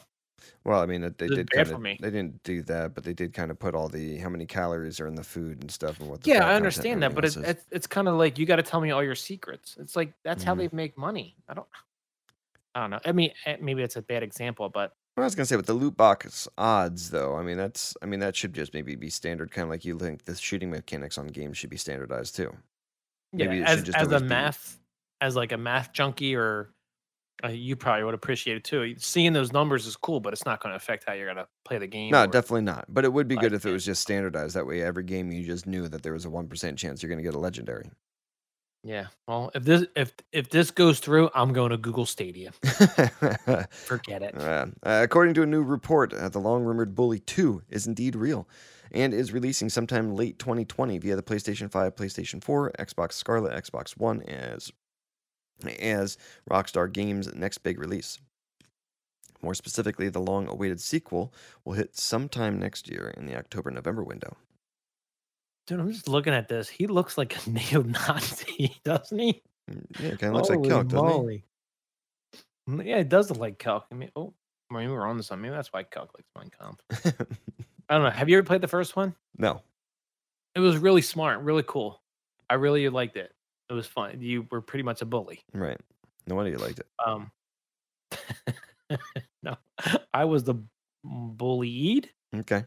Well, I mean, uh, they
This is
did
bad
kind
for
of.
me.
They didn't do that, but they did kind of put all the how many calories are in the food and stuff and what. The
Yeah,
fat
I
content and
understand that,
everything
but
else
it's
is.
it's, it's kind of like you got to tell me all your secrets. It's like that's how
Mhm.
they make money. I don't. I don't know. I mean, eh, maybe it's a bad example, but
Well, I was gonna say with the loot box odds, though. I mean, that's. I mean, that should just maybe be standard, kind of like you think the shooting mechanics on games should be standardized too.
yeah,
Maybe it should
as,
just
as a
always be-
math, as like a math junkie, or uh, you probably would appreciate it too. Seeing those numbers is cool, but it's not going to affect how you're going to play the game.
No,
or-
definitely not. But it would be
But
good if it
it-
was just standardized. That way, every game you just knew that there was a one percent chance you're gonna get a legendary. <laughs>
Yeah. Well, if this if if this goes through, I'm going to Google Stadia. Forget it.
Uh, uh, according to a new report, uh, the long rumored Bully 2 is indeed real and is releasing sometime late 2020 via the PlayStation 5, PlayStation 4, Xbox Scarlet, Xbox One as as Rockstar Games' next big release. More specifically, the long awaited sequel will hit sometime next year in the October November window.
Dude, I'm just looking at this. He looks like a <laughs> neo-Nazi, doesn't he?
Mm, Yeah, it kind of looks like
Holy
Kelk, doesn't it?
moly.
Mm, Yeah, it does look like Calc. I mean, oh, I mean, we were on to something. Maybe that's why Calc likes Mein Kampf. I don't know. Have you ever played the first one?
<laughs> no.
It was really smart, really cool. I really liked it. It was fun. You were pretty much a bully.
Right. No wonder you liked it.
Um, <laughs> no, I was the bullied.
Okay.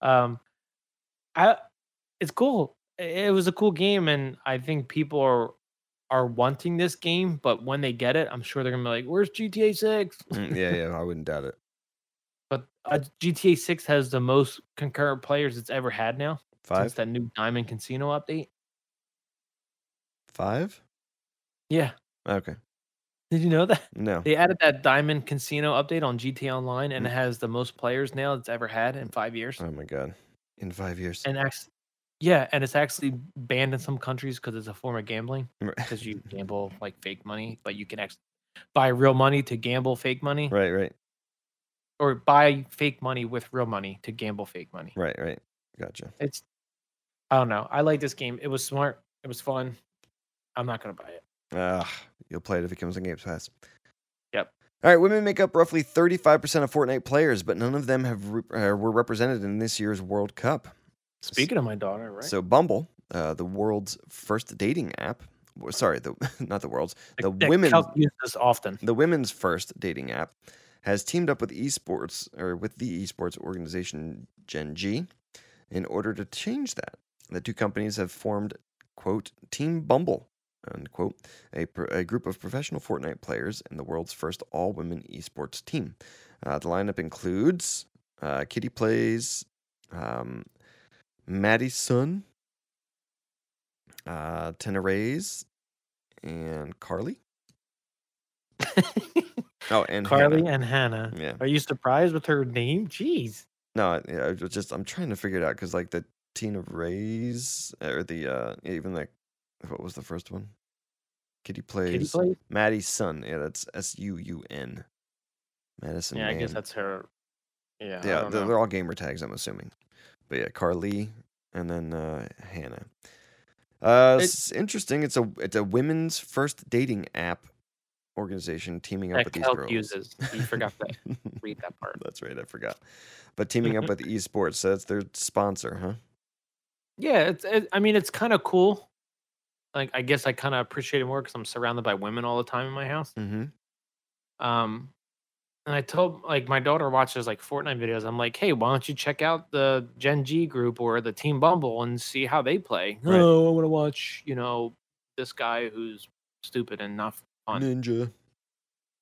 Um, I, it's cool. I- It was a cool game, and I think people are are wanting this game. But when they get it, I'm sure they're gonna be like, "Where's GTA 6?
Mm, yeah, yeah, I wouldn't doubt it.
But uh, GTA 6 has the most concurrent players it's ever had now since
Five?
that new Diamond Casino update.
Five?
Yeah,
Okay.
did you know that
No.
they added that Diamond Casino update on GTA Online,
Mm.
and it has the most players now it's ever had in five years.
Oh my god. In five years.
And actually, yeah, and it's actually banned in some countries because it's a form of gambling
<laughs> Right.
because you gamble like fake money, but you can actually buy real money to gamble fake money,
Right, right,
or buy fake money with real money to gamble fake money.
right, right. Gotcha.
It's I don't know. I like this game. It was smart. It was fun. I'm not gonna buy it.
Ah, you'll play it if it comes in Game Pass.
Yep.
All right, women make up roughly 35% of Fortnite players, but none of them have re- uh, were represented in this year's World Cup.
Speaking of my daughter, right?
So Bumble, uh, the world's first dating app, w- sorry, the <laughs> not the world's, the
Like, that
women's
Calc uses this often.
the women's first dating app has teamed up with esports or with the esports organization Gen G in order to change that. The two companies have formed quote Team Bumble unquote a, pro- a group of professional Fortnite players and the world's first all-women esports team. Uh, the lineup includes uh, Kitty plays um, Maddie Sun, uh, Tenerays, and Carly. Oh, and
<laughs> Carly
Hannah.
and Hannah.
Yeah.
Are you surprised with her name? Jeez.
No, I- yeah, I was just I'm trying to figure it out because like the Tina Ray's or the uh even like what was the first one? Kitty plays,
Kitty plays?
Maddie's son. Yeah, that's S U U N. Madison.
Yeah, I guess
Mann.
that's her. Yeah. I
yeah.
don't
They're,
know.
they're all gamer tags, I'm assuming. But yeah, Carly and then uh, Hannah. Uh,
It-
it's interesting. It's a it's a women's first dating app organization teaming up
that
with these
Calc
girls.
uses. You forgot
<laughs>
to read that part.
That's right, I forgot. But teaming up with esports, so that's their sponsor, huh?
Yeah, it's. It, I mean, it's kind of cool. Like, I guess I kind of appreciate it more because I'm surrounded by women all the time in my house.
Mm-hmm.
Um, and I told like my daughter watches like Fortnite videos. I'm like, hey, why don't you check out the Gen G group or the Team Bumble and see how they play?
Right.
No, I want to watch, you know, this guy who's stupid and not fun.
Ninja.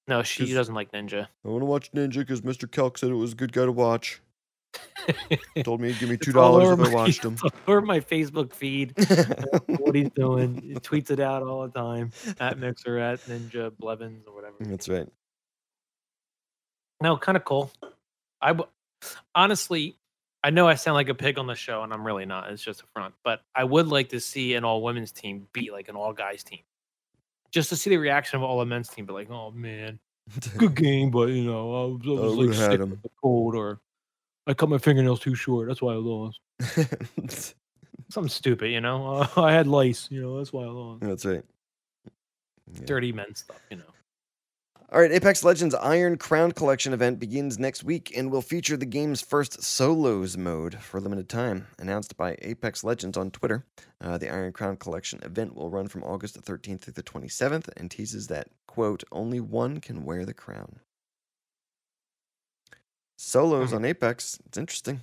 No, she
Just-
doesn't like Ninja. <laughs>
I want to watch Ninja because Mr. Kelk said it was a good guy to watch. Told me he'd give me
It's
two
all
dollars
over
if I
my- <laughs>
watched him.
it's all over my Facebook feed.
Mm-hmm.
what he's doing. He tweets it out all the time at Mixer at Ninja Blevins or whatever.
That's right.
No, kind of cool. I w- honestly, I know I sound like a pig on the show, and I'm really not. It's just a front. But I would like to see an all women's team beat like an all guys team, just to see the reaction of all the men's team. But like, oh man, <laughs> good game, but you know, I was, I was
would've
like
had
sick
him.
with a cold, or I cut my fingernails too short. That's why I lost. Something stupid, you know. <laughs> Uh, I had lice, you know. That's why I lost.
<laughs> That's right. Yeah.
Dirty men stuff, you know.
All right, Apex Legends Iron Crown Collection event begins next week and will feature the game's first solos mode for a limited time. Announced by Apex Legends on Twitter, uh, the Iron Crown Collection event will run from August 13th through the 27th and teases that, quote, only one can wear the crown.
Hmm.
Solos on Apex, it's interesting.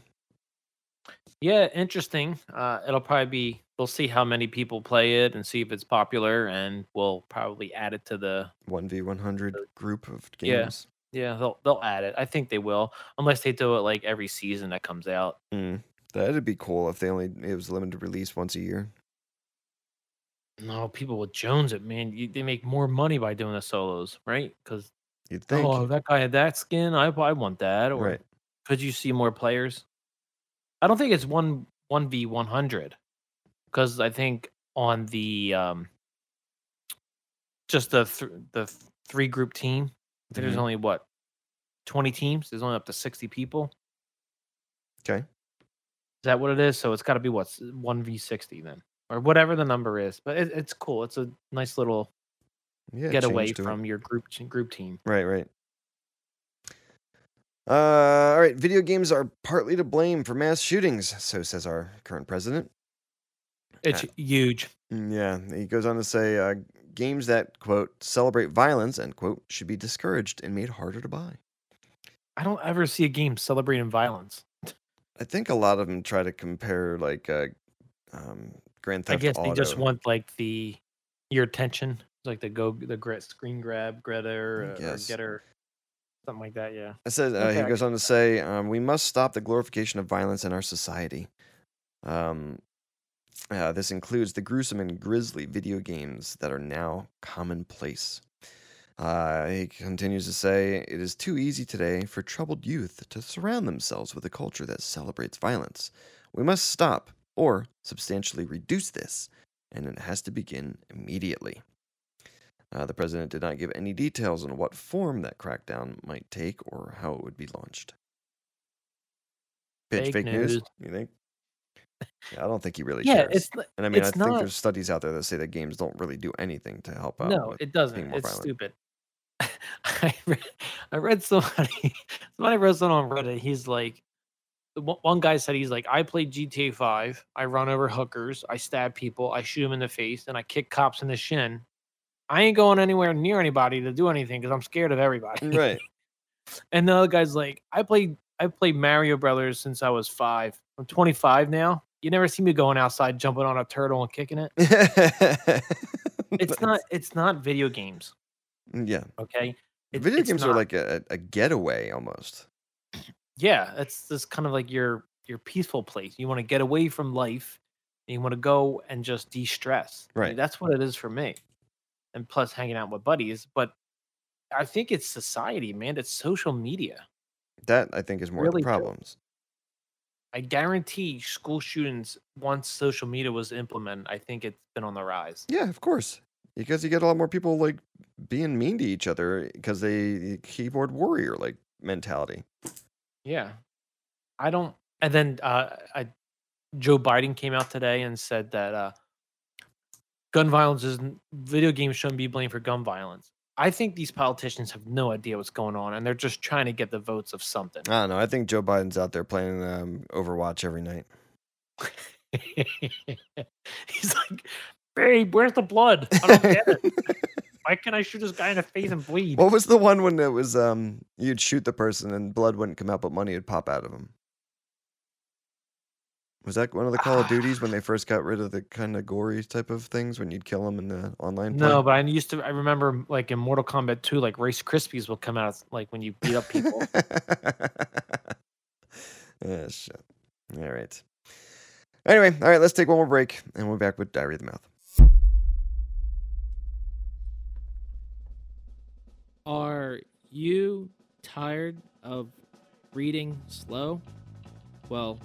Yeah, interesting. Uh, it'll probably be. We'll see how many people play it and see if it's popular, and we'll probably add it to the.
1v100 group of
Yeah.
games.
Yeah, they'll they'll add it. I think they will, unless they do it like every season that comes out.
Mm, that'd be cool if they only it was limited release once a year.
No, people will Jones it, man. You, they make more money by doing the solos, right? Because
You'd think,
oh, that guy had that skin. I I want that. Or
right?
could you see more players? I don't think it's one one v one hundred, because I think on the um, just the th- the th- three group team, I think there's
Mhm.
only what twenty teams. There's only up to sixty people.
Okay.
Is that what it is? So it's got to be what's one v sixty then, or whatever the number is. But it, it's cool. It's a nice little
Yeah,
get
change
away
to it.
from your group group team.
Right, right. Uh, all right. Video games are partly to blame for mass shootings, so says our current president.
It's huge.
Mm, Yeah, he goes on to say uh, games that quote celebrate violence end quote should be discouraged and made harder to buy.
I don't ever see a game celebrating violence.
I think a lot of them try to compare like uh, um, Grand
I
Theft
guess
Auto.
they just want like the your attention, like the go the grit screen grab,
Mm,
Greta or, or
guess.
getter, something like that. Yeah,
It says uh,
Okay, I
he goes on to say, um, "We must stop the glorification of violence in our society. Um, uh, this includes the gruesome and grisly video games that are now commonplace." Uh, he continues to say, "It is too easy today for troubled youth to surround themselves with a culture that celebrates violence. We must stop or substantially reduce this, and it has to begin immediately." Uh, the president did not give any details on what form that crackdown might take or how it would be launched. Pitch
Fake
fake, news.
news.
You think? Yeah, I don't think he really
yeah.
cares.
It's n-
and I mean, I
it's
think
not-
there's studies out there that say that games don't really do anything to help out.
no, <laughs>
with-
it doesn't.
more
It's
violent.
stupid. <laughs> I read, I read somebody <laughs> somebody wrote something on Reddit. He's like, the one one guy said he's like, I played GTA Five. I run over hookers. I stab people. I shoot them in the face, and I kick cops in the shin. I ain't going anywhere near anybody to do anything because I'm scared of everybody.
right.
And the other guy's like, I played I played Mario Brothers since I was five. I'm 25 now. You never see me going outside, jumping on a turtle and kicking
<laughs>
it. It's not. It's not video games.
Yeah,
Okay. It-
video
it's
games are
not.
like a, a getaway almost.
yeah. It's just kind of like your your peaceful place. You want to get away from life. And you want to go and just de stress.
Right.
that's what it is for me. And plus, hanging out with buddies. But I think it's society, man. It's social media.
That I think is more
Really
of the
true.
problems.
I guarantee school shootings, once social media was implemented, I think it's been on the rise.
Yeah, of course. Because you get a lot more people like being mean to each other because they eh, keyboard warrior like mentality.
Yeah. I don't. And then uh, I, Joe Biden came out today and said that uh, gun violence isn't, video games shouldn't be blamed for gun violence. I think these politicians have no idea what's going on and they're just trying to get the votes of something.
I don't know. I think Joe Biden's out there playing um, Overwatch every night.
He's like, babe, where's the blood? I don't get it. Why can't I shoot this guy in the face and bleed?
<laughs> What was the one when it was um you'd shoot the person and blood wouldn't come out but money would pop out of them? Was that one of the
Ah.
Call of Duties when they first got rid of the kind of gory type of things when you'd kill them in the online? play?
No, but I used to. I remember like in Mortal Kombat 2, like Rice Krispies will come out like when you beat up people.
<laughs> Ah, shit. All right. Anyway, all right, let's take one more break and we'll be back with Diary of the Mouth.
Are you tired of reading slow? Well,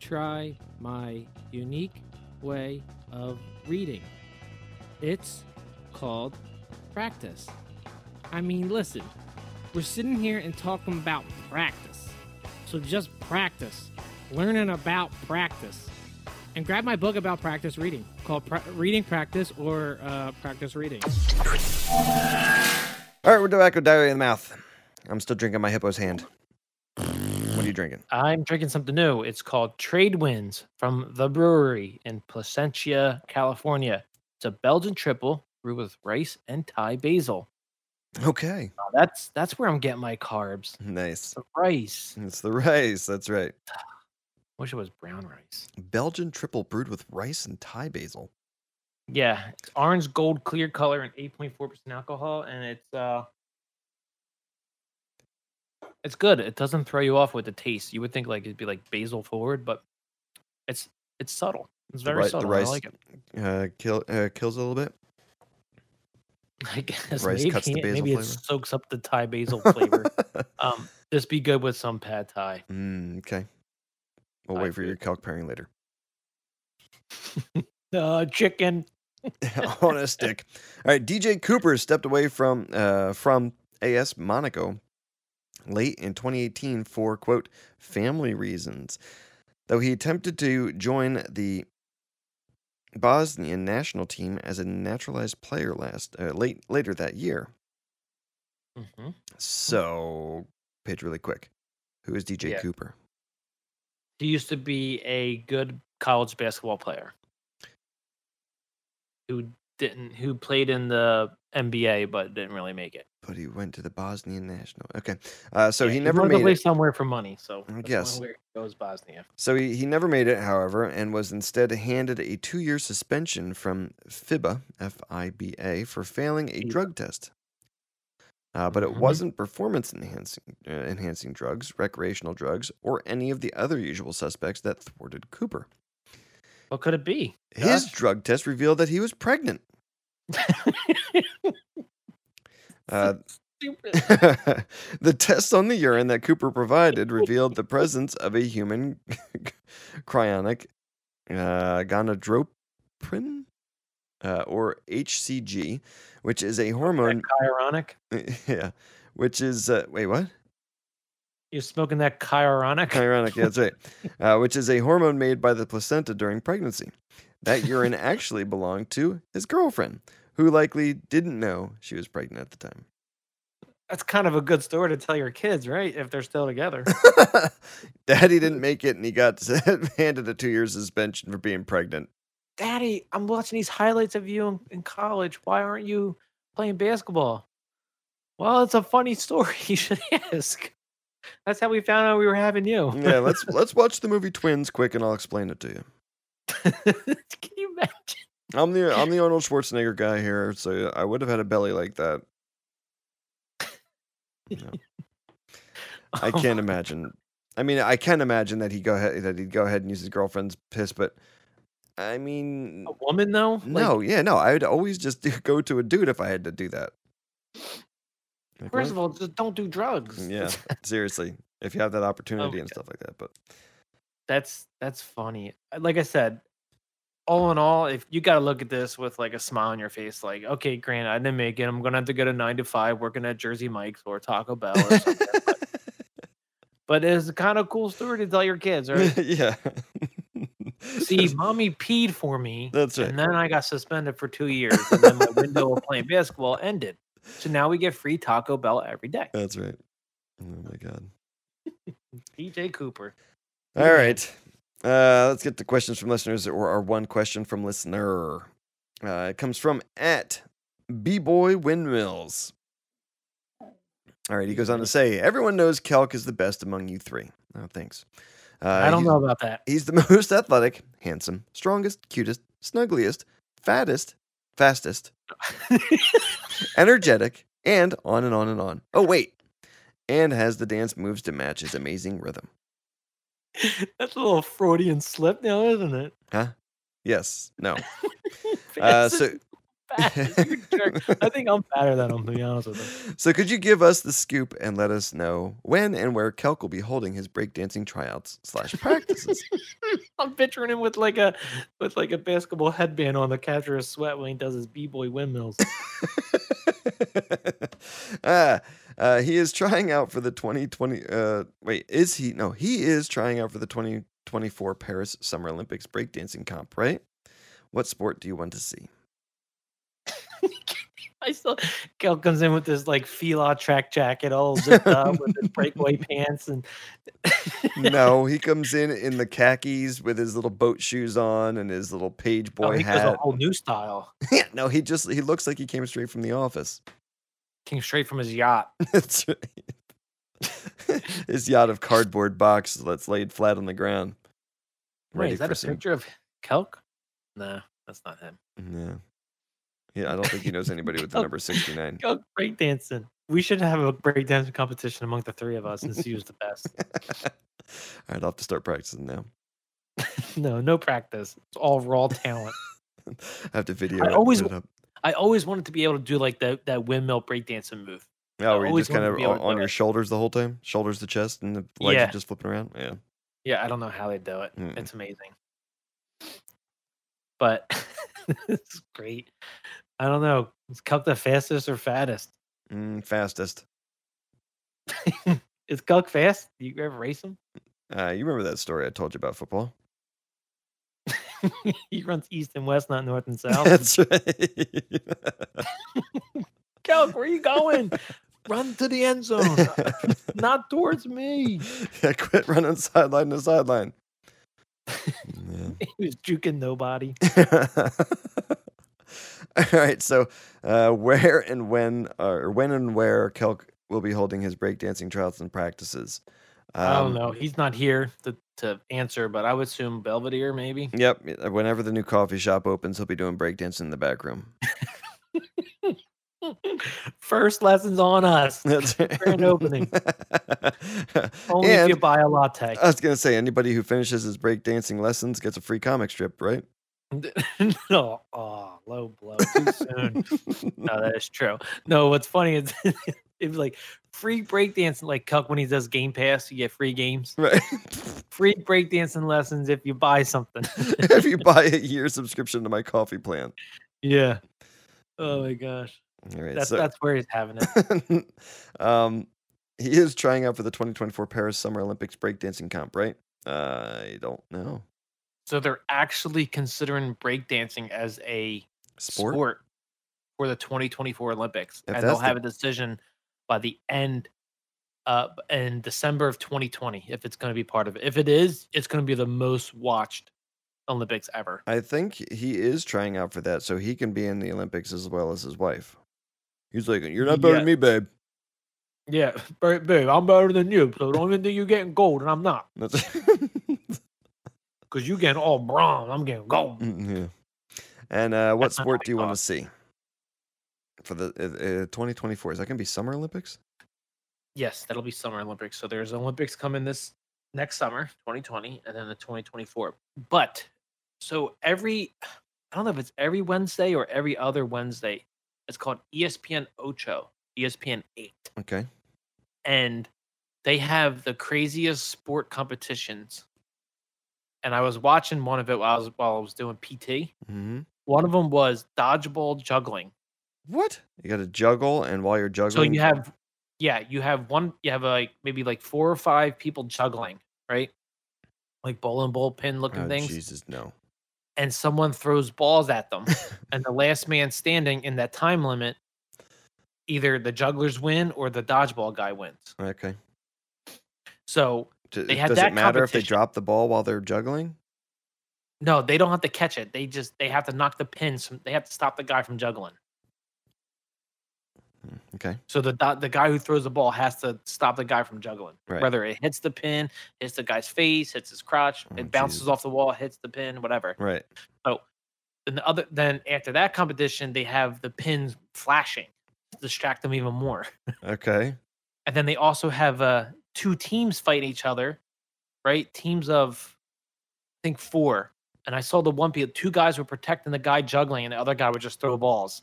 try my unique way of reading. It's called practice. I mean, listen, we're sitting here and talking about practice. So just practice, learning about practice. And grab my book about practice reading called pra- Reading Practice or uh, Practice Reading.
All right, we're back with Diary of the Mouth. I'm still drinking my hippo's hand. What are you drinking?
I'm drinking something new. It's called Trade Winds from the brewery in Placentia, California. It's a Belgian triple brewed with rice and Thai basil.
Okay.
Now, that's that's where I'm getting my carbs.
Nice.
The rice.
It's the rice. That's right.
Wish it was brown rice.
Belgian triple brewed with rice and Thai basil.
Yeah, it's orange gold clear color and 8.4% alcohol and it's uh it's good. It doesn't throw you off with the taste. You would think like it'd be like basil forward, but it's it's subtle. It's
The
very
ri- the
subtle.
rice-
I like it. <laughs>
Uh, kill uh, kills a little bit.
I guess
rice
maybe,
cuts the
it-
basil
maybe
flavor.
it soaks up the Thai <laughs> basil flavor. um, just be good with some pad Thai.
<laughs> Mm, okay. We'll
Thai
wait for your
food.
calc pairing later.
Uh, chicken.
<laughs> on a stick. All right, DJ Cooper stepped away from uh, from AS Monaco late in 2018 for quote family reasons, though he attempted to join the Bosnian national team as a naturalized player last uh, late later that year.
hmm
So, pitch really quick. Who is DJ
Yeah.
Cooper?
He used to be a good college basketball player who didn't who played in the NBA but didn't really make it.
But he went to the Bosnian national. Okay, uh, so
Yeah,
he
he
never
wanted to
made
play
it.
somewhere for money. So that's
guess.
one where he goes Bosnia.
So he, he never made it, however, and was instead handed a two year suspension from FIBA, F I B A, for failing a
FIBA.
drug test. Uh, but it
Mhm.
wasn't performance enhancing, uh, enhancing drugs, recreational drugs, or any of the other usual suspects that thwarted Cooper.
What could it be?
His
Josh?
drug test revealed that he was pregnant. Uh,
Stupid.
<laughs> the test on the urine that Cooper provided revealed the presence of a human <laughs> cryonic uh, gonadotropin uh, or HCG, which is a hormone.
Chironic.
<laughs> yeah, which is uh, wait what?
You're smoking that chironic.
Chironic, yeah, that's right. Uh, which is a hormone made by the placenta during pregnancy. That urine actually belonged to his girlfriend, who likely didn't know she was pregnant at the time.
That's kind of a good story to tell your kids, right? If they're still
<laughs>
together.
Daddy didn't make it, and he got <laughs> handed a two-year suspension for being pregnant.
Daddy, I'm watching these highlights of you in, in college. Why aren't you playing basketball? Well, it's a funny story. <laughs> You should ask. That's how we found out we were having you.
Yeah, let's let's watch the movie Twins quick, and I'll explain it to you.
<laughs> Can you imagine?
I'm the I'm the Arnold Schwarzenegger guy here, so I would have had a belly like that. No.
<laughs>
I
Oh
can't
my-
imagine. I mean, I can imagine that he go ahead that he'd go ahead and use his girlfriend's piss, but I mean,
A woman though? Like,
no, yeah, no. I would always just <laughs> do- go to a dude if I had to do that. Like, what?
First of all, just don't do drugs.
Mm, Yeah, <laughs> seriously. If you have that opportunity
my
and stuff like that, but
<laughs> that's that's funny. Uh, Like I said, all in all, if you got to look at this with like a smile on your face, like, okay, Grant, I didn't make it. I'm gonna have to go to nine to five working at Jersey Mike's or Taco Bell. Oh, Or
<laughs>
something. but it's kind of cool story to tell your kids, right?
yeah.
See, mommy peed for me,
<laughs> that's right.
and then I got suspended for two years, and then my window of playing basketball ended. So now we get free Taco Bell every day.
<laughs> That's right. Oh my god.
DJ Cooper.
All right. Uh, let's get the questions from listeners or our one question from listener. Uh, it comes from at B Boy Windmills. All right, he goes on to say, everyone knows Calc is the best among you three. Oh, thanks. Uh,
I don't
he-
know about that.
He's the <laughs> most athletic, handsome, strongest, cutest, snuggliest, fattest, fastest,
<laughs>
energetic, and on and on and on. Oh, wait. And has the dance moves to match his amazing rhythm.
<laughs> That's a little Freudian slip now, isn't it? <laughs>
Yes. No.
<laughs>
Uh, so, <laughs>
Fastest, you jerk. I think I'm fatter than him, to be honest with you. <laughs>
so, could you give us the scoop and let us know when and where Kelk will be holding his breakdancing tryouts slash
<laughs>
practices? <laughs>
I'm picturing him with like a with like a basketball headband on the catcher of sweat when he does his b-boy windmills. <laughs>
Ah, uh, he is trying out for the 2020. Uh, wait, is he? No, he is trying out for the 2024 Paris Summer Olympics breakdancing comp, right? What sport do you want to see?
I still Kel comes in with this like fila track jacket all zipped up with his
<laughs>
breakaway pants and
no, he comes in in the khakis with his little boat shoes on and his little page
Oh,
boy
he does a
hat.
whole new style.
Yeah, no, he just he looks like he came straight from the office. <laughs>
Came straight from his yacht.
That's right. <laughs> his yacht of cardboard box that's laid flat on the ground.
Wait,
ready
is that
for
a
some-
picture of Kelk? Nah, that's not him.
Yeah. Yeah, I don't think he knows
<laughs>
anybody with the
Oh,
number 69.
Kelk breakdancing. We should have a breakdancing competition among the three of us and see who's the best.
<laughs> All right, I'll have to start practicing now. <laughs>
No, no practice. It's all raw talent.
I have to video
I
it. and
always
put it
w-
up.
<laughs> I always wanted to be able to do like the, that windmill breakdancing move.
Oh, were you
always
just kind
wanted to
of
be able
on,
to
on
do
your
it.
shoulders the whole time? Shoulders to chest and the legs
Yeah.
are just flipping around? Yeah.
Yeah, I don't know how they do it.
Mm.
It's amazing. But <laughs> it's great. I don't know. Is Cuck the fastest or fattest?
Mm, fastest.
Is Cuck fast? Do you ever race him? <laughs>
Uh, you remember that story I told you about football?
he runs east and west, not north and south.
<laughs> That's right.
<laughs> Cuck, where you going? Run to the end zone, <laughs>
<laughs>
not towards me. <laughs>
yeah, quit running sideline to sideline. Yeah.
He was juking nobody.
All right. So, uh, where and when, or when and where Kelk will be holding his breakdancing trials and practices?
I don't
Um,
know. He's not here to, to answer, but I would assume Belvedere, maybe.
Yep. y- Whenever the new coffee shop opens, he'll be doing breakdancing in the back room. <laughs>
First lessons on us.
That's right.
<laughs> Grand
<laughs>
opening. Only if you
and
buy a latte.
I was going to say, anybody who finishes his breakdancing lessons gets a free comic strip, right? <laughs>
<laughs> no, oh, low blow too
<laughs>
soon. no, that is true. No, what's funny is <laughs> it's like free breakdancing, like Cuck when he does Game Pass, you get free games,
Right.
free breakdancing lessons if you buy
<laughs>
something. <laughs>
if you buy a year subscription to my coffee plan.
yeah. Oh my gosh,
All right.
that's
so-
that's where he's having it.
<laughs> um, he is trying out for the 2024 Paris Summer Olympics breakdancing comp, right? Uh, I don't know.
So they're actually considering breakdancing as a sport, for the 2024 Olympics,
If
and they'll
that's the-
have a decision by the end uh b- in December of 2020 if it's going to be part of it. If it is, it's going to be the most watched Olympics ever.
I think he is trying out for that, so he can be in the Olympics as well as his wife. He's like, "You're not better than me, babe."
Yeah, babe, I'm better than you, so don't even think you're getting gold, and I'm not,
That's <laughs>
because you're getting all bronze. I'm getting gold.
Mm, yeah. And uh, what
That's not
sport
my
do you want
thought.
to see for the uh, uh, 2024? Is that going to be Summer Olympics?
Yes, that'll be Summer Olympics. So there's Olympics coming this next summer, 2020, and then the 2024. But so every, I don't know if it's every Wednesday or every other Wednesday, it's called E ESPN Ocho, E ESPN 8.
Okay.
And they have the craziest sport competitions. And I was watching one of it while I was, while I was doing PT.
Mm-hmm.
One of them was dodgeball juggling.
What? You got to juggle, and while you're
So
juggling, Oh,
you have, yeah, you have one, you have like maybe like four or five people juggling, right? Like bowling pin looking
oh,
things,
Jesus, no.
and someone throws balls at them, and the last man standing in that time limit, either the jugglers win or the dodgeball guy wins.
Okay.
So
D-
They had
does it
that
matter if they
competition.
drop the ball while they're juggling?
no, they don't have to catch it. They just they have to knock the pins. From, they have to stop the guy from juggling.
Hmm, Okay.
So the dot- the guy who throws the ball has to stop the guy from juggling.
Right.
Whether it hits the pin, hits the guy's face, hits his crotch,
Oh,
it bounces
Jesus.
off the wall, hits the pin, whatever.
Right.
And the other then after that competition, they have the pins flashing to distract them even more.
Okay. <laughs>
And then they also have uh two teams fighting each other, right? Teams of I think four. And I saw the one people two guys were protecting the guy juggling and the other guy would just throw balls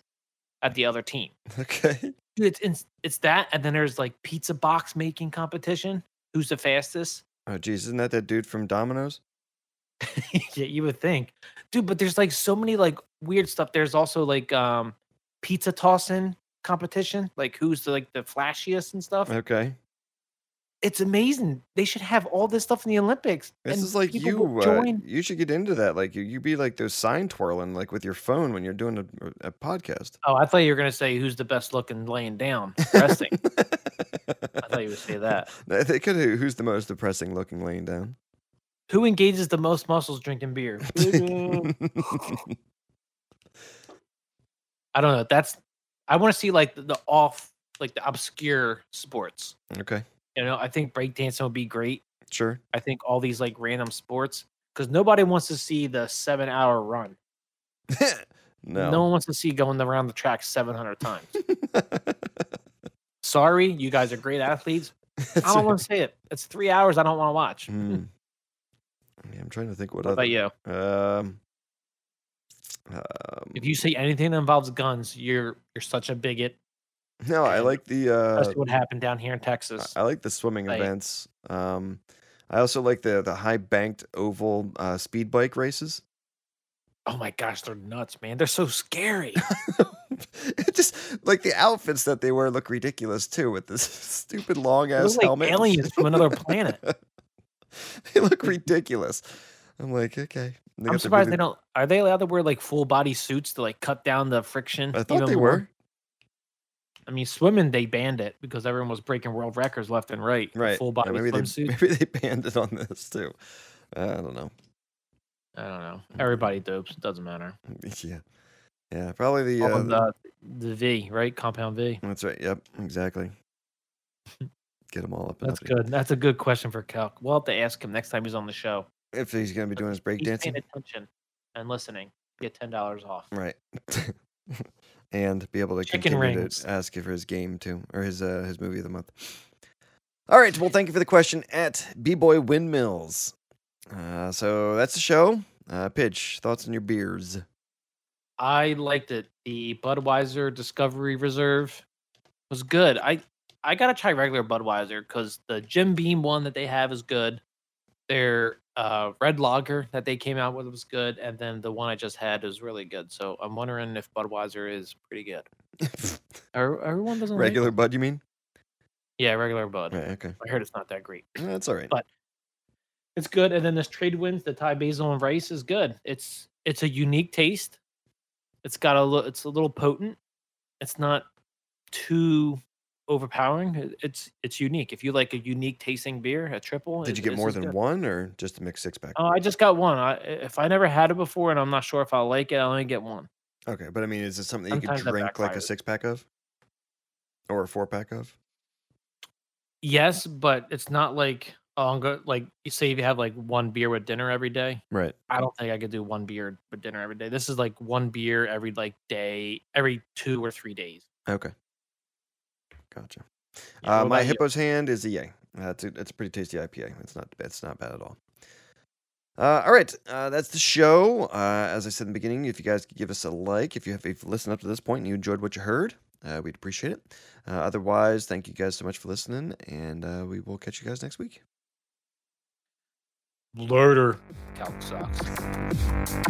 at the other team.
Okay.
Dude, it's it's, it's that and then there's like pizza box making competition. Who's the fastest? <laughs>
Oh, geez, isn't that that dude from Domino's?
yeah, you would think. Dude, but there's like so many like weird stuff. There's also like um pizza tossing competition, like who's the, like the flashiest and stuff.
Okay.
It's amazing. They should have all this stuff in the Olympics.
This
and
is like
people
you.
will
Uh, you should get into that. Like you, you be like those sign twirling, like with your phone when you're doing a, a podcast.
Oh, I thought you were gonna say who's the best looking laying down,
<laughs>
resting.
I
thought you would say that.
<laughs> They could. do Who's the most depressing looking laying down?
Who engages the most muscles drinking beer? Mm-hmm. I don't know. That's I want to see like the, the off, like the obscure sports.
<laughs> okay.
You know, I think breakdancing would be great.
Sure. <laughs>
I think all these like random sports because nobody wants to see the seven hour run.
no. <laughs>
one wants to see going around the track 700 times. Sorry, you guys are great
<laughs>
athletes. I don't want to see it. It's three hours I don't want to watch.
Hmm. Yeah, I'm trying to think what,
What
other.
about you?
Um, um,
If you say anything that involves guns, you're you're such a bigot.
no, I
and
like the
That's
uh,
what happened down here in
I-
Texas.
I like the swimming
like-
events. Um, I also like the the high banked oval uh, speed bike races. <laughs>
oh my gosh, they're nuts, man. They're so
<laughs>
scary.
it just like the outfits that they wear look ridiculous too, with this <laughs> stupid long
They
ass
look like
helmet.
aliens from another planet.
<laughs> they look ridiculous. I'm like, okay. They got
I'm
the
surprised
really-
they don't. Are they allowed to wear like full body suits to like cut down the friction?
I thought
even
they
more?
were.
I mean, swimming they banned it because everyone was breaking world records left and right. the
Right.
Full
Yeah,
body
maybe they
swimsuit.
<laughs> maybe they banned it on this too. Uh, I don't know.
I don't know.
Mm-hmm.
Everybody dopes. It doesn't matter.
<laughs> Yeah. Yeah, probably the,
All
uh,
of the, the V, right? Compound V.
That's right. Yep, exactly. Get them all up. and
That's
up.
good. That's a good question for Calc. We'll have to ask him next time he's on the show.
If he's going to be doing his
He's paying
breakdancing,
attention and listening. Get ten dollars off.
right, <laughs> and be able to
Chicken
continue
rings.
to ask if his game too or his uh, his movie of the month. All right. Well, thank you for the question at B Boy Windmills. Uh, so that's the show. Uh, Pitch thoughts on your beers. <laughs>
I liked it. The Budweiser Discovery Reserve was good. I I gotta try regular Budweiser because the Jim Beam one that they have is good. Their uh, red lager that they came out with was good, and then the one I just had is really good. So I'm wondering if Budweiser is pretty good. Or everyone doesn't like it?
Regular Bud, you mean?
yeah, regular Bud.
Right. Okay.
I heard it's not that great.
No, That's all right.
But- It's good, and then this trade winds, the Thai basil and rice is good. It's it's a unique taste. It's got a little. It's a little potent. It's not too overpowering. It- It's it's unique. If you like a unique tasting beer, a triple.
Did you
it-
get
this
more
is
than
good.
one or just a mixed six pack?
Oh, I just got one. I, if I never had it before, and I'm not sure if I like it, I only get one.
Okay, but I mean, is it something that you could
Sometimes that
drink like a
backfires.
six pack of, or a four pack of?
Yes, but it's not like oh, I'm go like you say if you have like one beer with dinner every day.
Right.
I don't think I could do one beer for dinner every day. This is like one beer every like day, every two or three days.
Okay. Gotcha.
Yeah, what
uh, my
about you?
hippo's hand is a yay. Uh, it's, a, it's a pretty tasty IPA. It's not it's not bad at all. Uh, all right, uh, that's the show. Uh, as I said in the beginning, if you guys could give us a like, if you have if you listened up to this point and you enjoyed what you heard, uh, we'd appreciate it. Uh, otherwise, thank you guys so much for listening, and uh, we will catch you guys next week.
Later. Calc sucks.